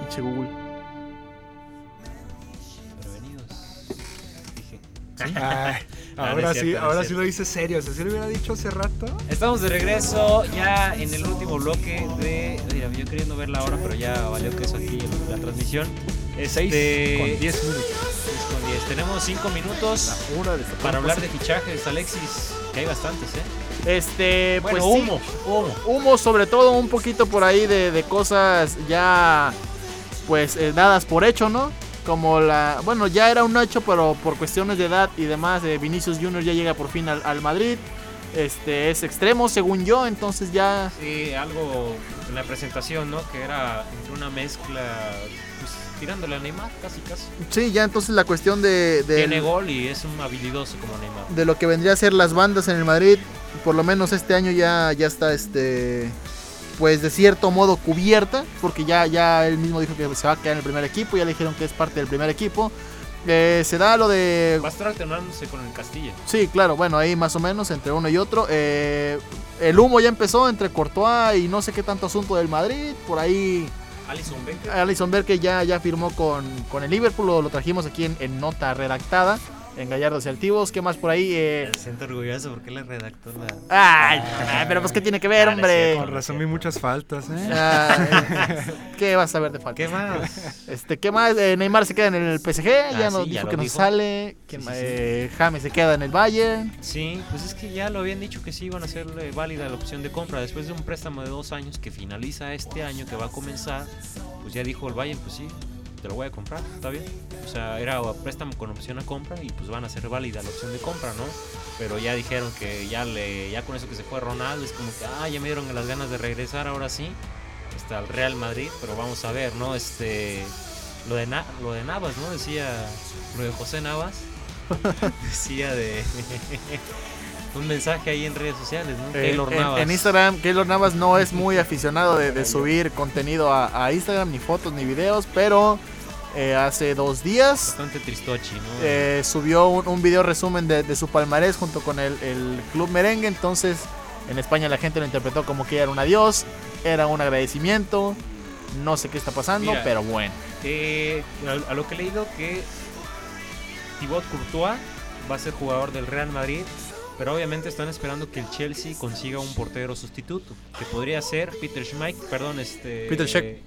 Speaker 5: Pinche Google.
Speaker 3: Prevenidos. Dije.
Speaker 4: Ay,
Speaker 3: No, no
Speaker 4: ahora
Speaker 3: es cierto,
Speaker 4: sí,
Speaker 3: no es
Speaker 4: ahora sí
Speaker 3: cierto.
Speaker 4: lo hice serio. Si se lo hubiera dicho hace rato.
Speaker 3: Estamos de regreso ya en el último bloque de. Mira, yo queriendo ver la hora, pero ya valió que eso aquí en la transmisión. Este,
Speaker 8: 6 con 10
Speaker 3: seis con 10. Tenemos 5 minutos
Speaker 5: Una de esas
Speaker 3: para
Speaker 5: cosas.
Speaker 3: hablar de fichajes, Alexis, que hay bastantes, ¿eh?
Speaker 5: Este,
Speaker 3: Bueno,
Speaker 5: pues sí.
Speaker 3: humo, humo.
Speaker 5: humo sobre todo un poquito por ahí de, de cosas ya pues eh, dadas por hecho, ¿no? Como la, bueno, ya era un hecho, pero por cuestiones de edad y demás, eh, Vinicius Junior ya llega por fin al, al Madrid. Este es extremo, según yo, entonces ya
Speaker 3: Sí, algo en la presentación, ¿no? Que era entre una mezcla pues, tirándole a Neymar, casi casi.
Speaker 5: Sí, ya entonces la cuestión de, de-
Speaker 3: Tiene gol y es un habilidoso como Neymar.
Speaker 5: de lo que vendría a ser las bandas en el Madrid, por lo menos este año ya, ya está este pues de cierto modo cubierta, porque ya, ya él mismo dijo que se va a quedar en el primer equipo, ya le dijeron que es parte del primer equipo. Eh, se da lo de
Speaker 3: Va a estar alternándose con el Castilla.
Speaker 5: Sí, claro, bueno, ahí más o menos entre uno y otro. Eh, el humo ya empezó entre Courtois y no sé qué tanto asunto del Madrid. Por ahí
Speaker 3: Alison Becker.
Speaker 5: Alison Berke ya, ya firmó con, con el Liverpool, lo, lo trajimos aquí en, en nota redactada, en Gallardos y Altivos. ¿Qué más por ahí? Eh,
Speaker 3: Me siento orgulloso porque le redactó la.
Speaker 5: ay, ay, pero pues qué tiene que ver,
Speaker 3: Ah, no es cierto,
Speaker 5: hombre.
Speaker 4: Con razón vi muchas faltas, ¿eh?
Speaker 5: Ah, ¿Qué vas a ver de falta?
Speaker 3: ¿Qué más?
Speaker 5: Este, ¿qué más? Eh, Neymar se queda en el PSG, ya
Speaker 3: Ah,
Speaker 5: nos
Speaker 3: sí, ya
Speaker 5: dijo
Speaker 3: lo
Speaker 5: que nos
Speaker 3: dijo.
Speaker 5: sale. ¿Quién
Speaker 3: Sí,
Speaker 5: más?
Speaker 3: sí, sí.
Speaker 5: Eh, James se queda en el Bayern.
Speaker 3: Sí, pues es que ya lo habían dicho que sí iban a ser eh, válida la opción de compra después de un préstamo de dos años que finaliza este año, que va a comenzar. Pues ya dijo el Bayern, pues sí, te lo voy a comprar, está bien. O sea, era o préstamo con opción a compra y pues van a ser válida la opción de compra, ¿no? Pero ya dijeron que ya le, ya con eso que se fue Ronaldo es como que, ah, ya me dieron las ganas de regresar, ahora sí hasta el Real Madrid, pero vamos a ver, ¿no? Este, lo de, Na- lo de Navas, ¿no? Decía, lo de José Navas, decía de un mensaje ahí en redes sociales, ¿no?
Speaker 5: Eh,
Speaker 3: Keylor
Speaker 5: en,
Speaker 3: Navas.
Speaker 5: en Instagram, Keylor Navas no es muy aficionado de, de subir contenido a, a Instagram, ni fotos ni videos, pero eh, hace dos días
Speaker 3: Bastante tristochi, ¿no?
Speaker 5: eh, subió un, un video resumen de, de su palmarés junto con el, el Club Merengue, entonces en España la gente lo interpretó como que era un adiós, era un agradecimiento, no sé qué está pasando,
Speaker 3: Mira.
Speaker 5: pero bueno.
Speaker 3: Eh, a, a lo que he leído que Thibaut Courtois va a ser jugador del Real Madrid, pero obviamente están esperando que el Chelsea consiga un portero sustituto, que podría ser Peter Schmeich, perdón, este
Speaker 5: Peter Cech.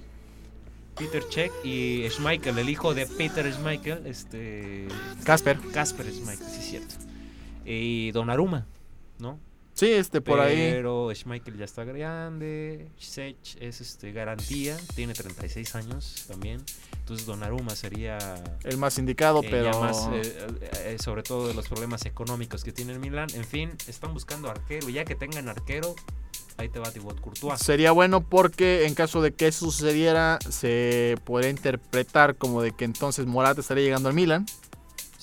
Speaker 3: Peter Cech y Schmeichel, el hijo de Peter Schmeichel, este
Speaker 5: Casper.
Speaker 3: Casper Schmeichel, sí es cierto. Y Donnarumma, ¿no?
Speaker 5: Sí, este, por ahí.
Speaker 3: Pero Schmeichel ya está grande. Sech es este, garantía. Tiene 36 años también. Entonces Donnarumma sería
Speaker 5: El más indicado,
Speaker 3: eh,
Speaker 5: pero...
Speaker 3: ya más, eh, eh, sobre todo de los problemas económicos que tiene el Milan. En fin, están buscando arquero. Ya que tengan arquero, ahí te va Thibaut Courtois.
Speaker 5: Sería bueno porque en caso de que eso sucediera, se podría interpretar como de que entonces Morata estaría llegando al Milan.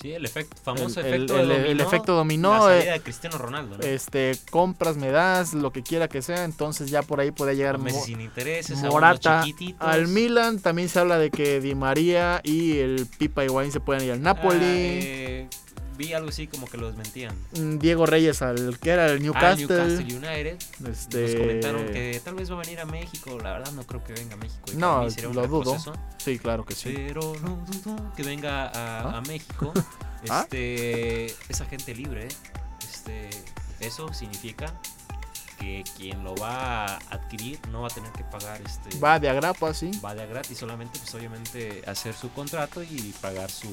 Speaker 3: Sí, el efecto, famoso
Speaker 5: El- el-
Speaker 3: efecto
Speaker 5: el- el
Speaker 3: dominó.
Speaker 5: efecto dominó,
Speaker 3: La salida
Speaker 5: eh,
Speaker 3: de Cristiano Ronaldo. ¿no?
Speaker 5: Este, compras, me das, lo que quiera que sea, entonces ya por ahí puede llegar
Speaker 3: Dos meses
Speaker 5: Mo-
Speaker 3: sin intereses, a unos
Speaker 5: Morata
Speaker 3: chiquititos.
Speaker 5: al Milan. También se habla de que Di María y el Pipa Higuaín se pueden ir al
Speaker 3: Ah,
Speaker 5: Napoli.
Speaker 3: eh, vi algo así como que lo desmentían.
Speaker 5: Mm, Diego Reyes al que era el
Speaker 3: Al
Speaker 5: Newcastle.
Speaker 3: Newcastle United.
Speaker 5: Este,
Speaker 3: Nos comentaron que tal vez va a venir a México. La verdad, no creo que venga a México. y
Speaker 5: No,
Speaker 3: para mí sería un
Speaker 5: lo dudo.
Speaker 3: retroceso,
Speaker 5: Sí, claro que sí.
Speaker 3: Pero no dudo que venga a,
Speaker 5: ¿Ah?
Speaker 3: a México.
Speaker 5: ¿Ah?
Speaker 3: Este, Es agente libre. Este, eso significa que quien lo va a adquirir no va a tener que pagar. Este,
Speaker 5: Va de agrapa, sí.
Speaker 3: va de a gratis, solamente, pues obviamente, hacer su contrato y pagar su,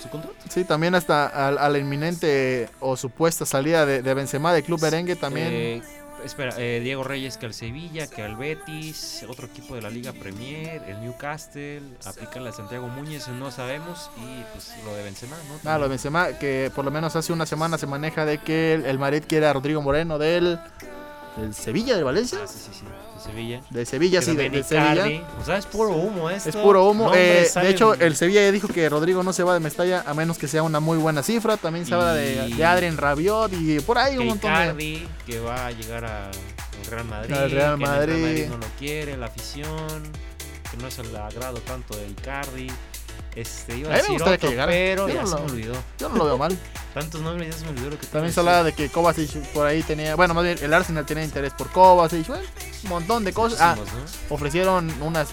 Speaker 3: su contrato.
Speaker 5: Sí, también hasta al, a la inminente o supuesta salida de, de Benzema del club merengue también.
Speaker 3: Eh, espera, eh, Diego Reyes que al Sevilla, que al Betis, otro equipo de la Liga Premier, el Newcastle, aplica la de Santiago Muñez, no sabemos, y pues lo de Benzema, ¿no?
Speaker 5: Ah, lo
Speaker 3: También.
Speaker 5: de Benzema, que por lo menos hace una semana se maneja de que el, el Madrid quiere a Rodrigo Moreno del, del Sevilla, de Valencia.
Speaker 3: Ah, sí, sí, sí, de Sevilla.
Speaker 5: De Sevilla, sí, de,
Speaker 3: También
Speaker 5: de Sevilla.
Speaker 3: Icardi. O sea, es puro humo esto.
Speaker 5: Es puro humo.
Speaker 3: Nombres
Speaker 5: Eh, de
Speaker 3: salen-
Speaker 5: hecho, el Sevilla ya dijo que Rodrigo no se va de Mestalla a menos que sea una muy buena cifra. También se habla de,
Speaker 3: Y-
Speaker 5: de Adrien Rabiot y por ahí
Speaker 3: que
Speaker 5: un montón de...
Speaker 3: Icardi, que va a llegar a- al Real Madrid.
Speaker 5: Al Real
Speaker 3: que en el
Speaker 5: Madrid.
Speaker 3: no lo quiere, la afición. Que no es el agrado tanto de Icardi. Este, iba
Speaker 5: A
Speaker 3: a
Speaker 5: mí me
Speaker 3: decir
Speaker 5: gustaría que
Speaker 3: otro,
Speaker 5: llegara.
Speaker 3: pero
Speaker 5: Yo
Speaker 3: ya
Speaker 5: no
Speaker 3: se
Speaker 5: lo-
Speaker 3: me olvidó.
Speaker 5: Yo no lo veo mal.
Speaker 3: Tantos nombres ya se me olvidó lo que te
Speaker 5: También se
Speaker 3: iba a
Speaker 5: hablaba de que Kovacic por ahí tenía... Bueno, más bien el Arsenal tenía interés por Kovacic. Bueno, un montón de cosas. Ah,
Speaker 3: Muchísimos, ¿no?
Speaker 5: ofrecieron unas,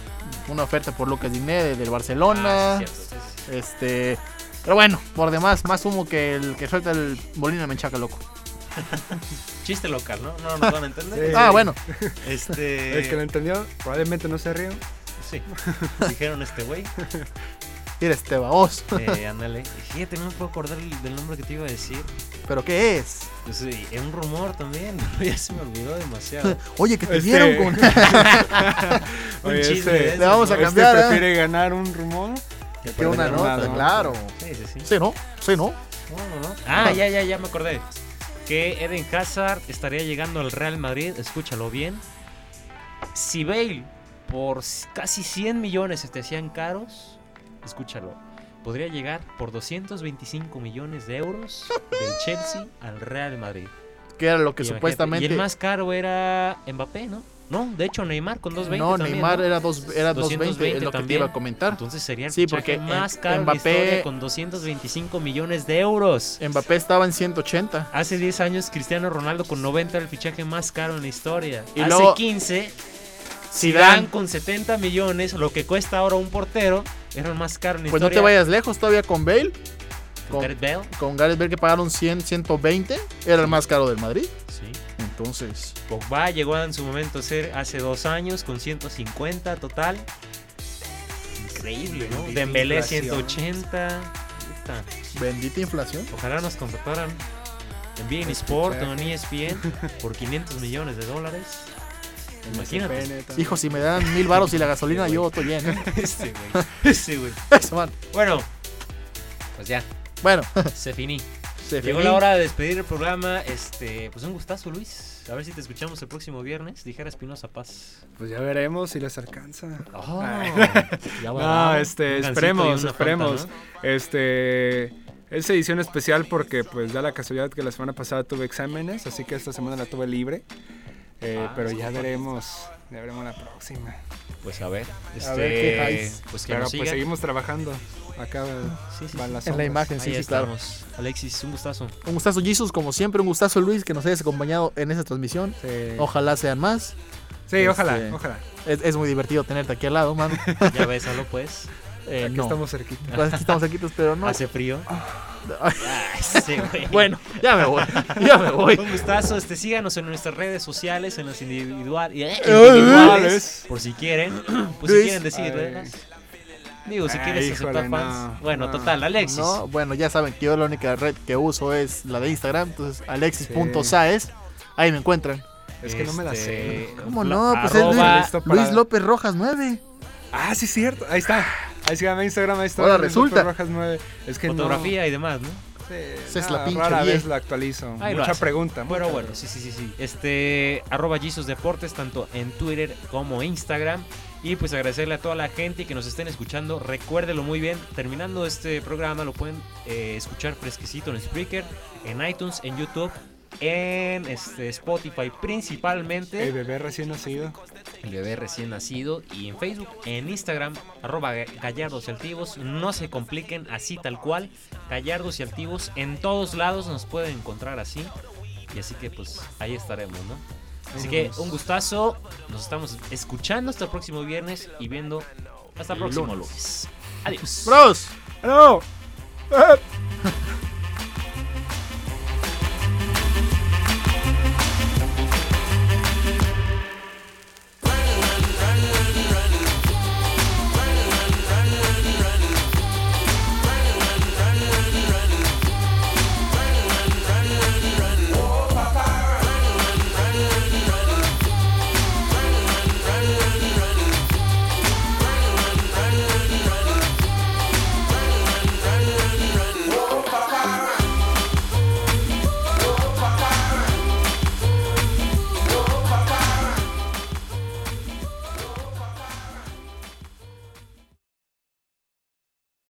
Speaker 5: una oferta por Lucas Digne de- del
Speaker 3: Ah,
Speaker 5: Barcelona.
Speaker 3: sí, cierto, sí, sí.
Speaker 5: Este. Pero bueno, por demás, más humo que el que suelta el bolino de Menchaca, loco.
Speaker 3: Chiste local, ¿no? No nos van a entender.
Speaker 4: Sí.
Speaker 5: Ah, bueno.
Speaker 3: Este.
Speaker 4: El que lo entendió, probablemente no se río.
Speaker 3: Sí. Dijeron este güey.
Speaker 5: Mira este baboso.
Speaker 3: Eh, ándale. Fíjate, no me puedo acordar el- del nombre que te iba a decir.
Speaker 5: ¿Pero qué es?
Speaker 3: Pues, sí, es un rumor también. Ya se me olvidó demasiado.
Speaker 5: Oye, que te
Speaker 4: Este-
Speaker 5: vieron con.
Speaker 3: Un
Speaker 4: Oye,
Speaker 3: chisme.
Speaker 4: este-
Speaker 3: de
Speaker 5: le
Speaker 3: esos,
Speaker 5: vamos a
Speaker 3: ¿no?
Speaker 4: Este
Speaker 5: cambiar, ¿eh?
Speaker 4: prefiere ganar un rumor que
Speaker 5: que una
Speaker 4: perder una
Speaker 5: nota,
Speaker 4: nota.
Speaker 5: claro.
Speaker 3: Sí, sí, sí.
Speaker 5: Sí, ¿no? Sí, ¿no?
Speaker 3: No, no, no. Ah, ya, ya, ya me acordé. Que Eden Hazard estaría llegando al Real Madrid. Escúchalo bien. Si Bale por s- casi 100 millones se te hacían caros, escúchalo, podría llegar por 225 millones de euros del Chelsea al Real Madrid.
Speaker 5: Que era lo que
Speaker 3: Y imagínate,
Speaker 5: supuestamente.
Speaker 3: Y el más caro era Mbappé, ¿no? No, de hecho Neymar con 220
Speaker 5: no,
Speaker 3: también,
Speaker 5: Neymar era, dos, era 220, es
Speaker 3: 220
Speaker 5: lo que te
Speaker 3: también.
Speaker 5: iba a comentar.
Speaker 3: Entonces sería el
Speaker 5: Sí,
Speaker 3: sí,
Speaker 5: porque en-
Speaker 3: más caro
Speaker 5: Mbappé-
Speaker 3: de la historia con 225 millones de euros.
Speaker 5: Mbappé estaba en 180.
Speaker 3: Hace 10 años Cristiano Ronaldo con 90 era el fichaje más caro en la historia.
Speaker 5: Y
Speaker 3: Hace
Speaker 5: luego-
Speaker 3: 15 Dan
Speaker 5: Zidane,
Speaker 3: con 70 millones, lo que cuesta ahora un portero, era el más caro en la
Speaker 5: pues no
Speaker 3: historia.
Speaker 5: te vayas lejos todavía con Bale.
Speaker 3: Con
Speaker 5: Con,
Speaker 3: Gareth Bale,
Speaker 5: con Gareth Bale que pagaron 100, 120. Era el más caro del Madrid.
Speaker 3: sí.
Speaker 5: Entonces,
Speaker 3: Pogba llegó en su momento a ser hace dos años con 150 total. Increíble, ¿no?
Speaker 4: Bendita
Speaker 3: Dembélé
Speaker 4: inflación.
Speaker 3: 180. Puta,
Speaker 5: bendita inflación.
Speaker 3: Ojalá nos contrataran en Bean
Speaker 4: El
Speaker 3: Sport
Speaker 4: fichaje.
Speaker 3: o en E ESPN por 500 millones de dólares. Imagínate.
Speaker 4: Pene también.
Speaker 5: Hijo, si me dan mil baros y la gasolina, yo estoy bien. ¿eh?
Speaker 3: Este güey. Este güey.
Speaker 5: Eso, man.
Speaker 3: Bueno, pues ya,
Speaker 5: Bueno,
Speaker 3: se finí.
Speaker 5: se
Speaker 3: Llegó
Speaker 5: finí.
Speaker 3: la hora de despedir el programa. Este, pues un gustazo, Luis. A ver si te escuchamos el próximo viernes. Dijera Espinosa Paz. Ah.
Speaker 4: Pues ya veremos si les alcanza.
Speaker 3: ya
Speaker 4: No,
Speaker 3: verá.
Speaker 4: este,
Speaker 3: Un gancito y
Speaker 4: esperemos,
Speaker 3: una
Speaker 4: esperemos.
Speaker 3: Fanta,
Speaker 4: Este, es edición especial porque pues da la casualidad que la semana pasada tuve exámenes, así que esta semana la tuve libre. Eh,
Speaker 3: Ah,
Speaker 4: pero ya veremos, ya veremos la próxima.
Speaker 3: ¿no? Pues a ver. Este,
Speaker 5: ver qué hay.
Speaker 3: pues que
Speaker 4: Pero
Speaker 3: nos
Speaker 4: pues
Speaker 3: sigan.
Speaker 4: seguimos trabajando. Acá
Speaker 3: Sí, sí, sí.
Speaker 4: van las
Speaker 5: En la
Speaker 4: ondas.
Speaker 5: imagen, sí,
Speaker 3: Ahí
Speaker 5: sí, claro.
Speaker 3: estamos. Alexis, un gustazo.
Speaker 5: Un gustazo, Jesus, como siempre. Un gustazo, Luis, que nos hayas acompañado en esta transmisión.
Speaker 4: Sí,
Speaker 5: Ojalá sean más.
Speaker 4: Sí,
Speaker 5: este-
Speaker 4: ojalá, ojalá.
Speaker 5: Es, es muy divertido tenerte aquí al lado, mano.
Speaker 3: Ya ves, algo pues.
Speaker 5: Eh,
Speaker 4: Aquí
Speaker 5: no.
Speaker 4: estamos cerquita.
Speaker 5: Pues, aquí estamos aquí, pues, pero no.
Speaker 3: Hace frío.
Speaker 5: Ay,
Speaker 3: Ay, sí, güey.
Speaker 5: Bueno, ya me voy. Ya me voy.
Speaker 3: Un gustazo, este, síganos en nuestras redes sociales, en las individual, eh,
Speaker 4: individuales.
Speaker 3: individuales, por si quieren, por si
Speaker 5: Luis.
Speaker 3: quieren decir,
Speaker 4: Ay.
Speaker 3: ¿verdad? digo, si
Speaker 4: Ay,
Speaker 3: quieres aceptar
Speaker 4: híjole,
Speaker 3: fans,
Speaker 4: no,
Speaker 3: bueno,
Speaker 4: no,
Speaker 3: total, Alexis,
Speaker 5: No, bueno, ya saben que yo la única red que uso es la de Instagram, entonces alexis.saez. Ahí me encuentran.
Speaker 4: Es que no me la sé.
Speaker 3: Este,
Speaker 5: ¿Cómo
Speaker 3: la-
Speaker 5: no? Pues es
Speaker 3: arroba-
Speaker 5: Luis,
Speaker 4: Listo para-
Speaker 5: Luis López Rojas 9.
Speaker 4: Ah, sí, es cierto. Ahí está. Ahí síganme en Instagram, ahí está.
Speaker 5: Ahora
Speaker 4: Luis López
Speaker 5: resulta.
Speaker 4: Rojas 9. Es que no-
Speaker 3: fotografía y demás, ¿no?
Speaker 4: Sí,
Speaker 5: Esa es
Speaker 4: no,
Speaker 5: la pinche
Speaker 4: rara vez
Speaker 5: vieja.
Speaker 4: la actualizo.
Speaker 3: Ahí lo
Speaker 4: mucha
Speaker 3: hace.
Speaker 4: pregunta.
Speaker 3: Bueno,
Speaker 4: mucha
Speaker 3: bueno, sí, sí, sí, sí. Este, arroba Jesus Deportes, tanto en Twitter como Instagram. Y pues agradecerle a toda la gente que nos estén escuchando. Recuérdelo muy bien. Terminando este programa, lo pueden eh, escuchar fresquecito en Spreaker, en iTunes, en YouTube, en este, Spotify
Speaker 4: El
Speaker 3: principalmente.
Speaker 4: bebé recién nacido.
Speaker 3: El bebé recién nacido. Y en Facebook, en Instagram, arroba ga- gallardos y altivos. No se compliquen, así tal cual. Gallardos y altivos. En todos lados nos pueden encontrar así. Y así que pues ahí estaremos, ¿no? Así que un gustazo. Nos estamos escuchando hasta el próximo viernes y viendo hasta el próximo lunes. Adiós.
Speaker 5: ¡Bros!
Speaker 4: ¡No!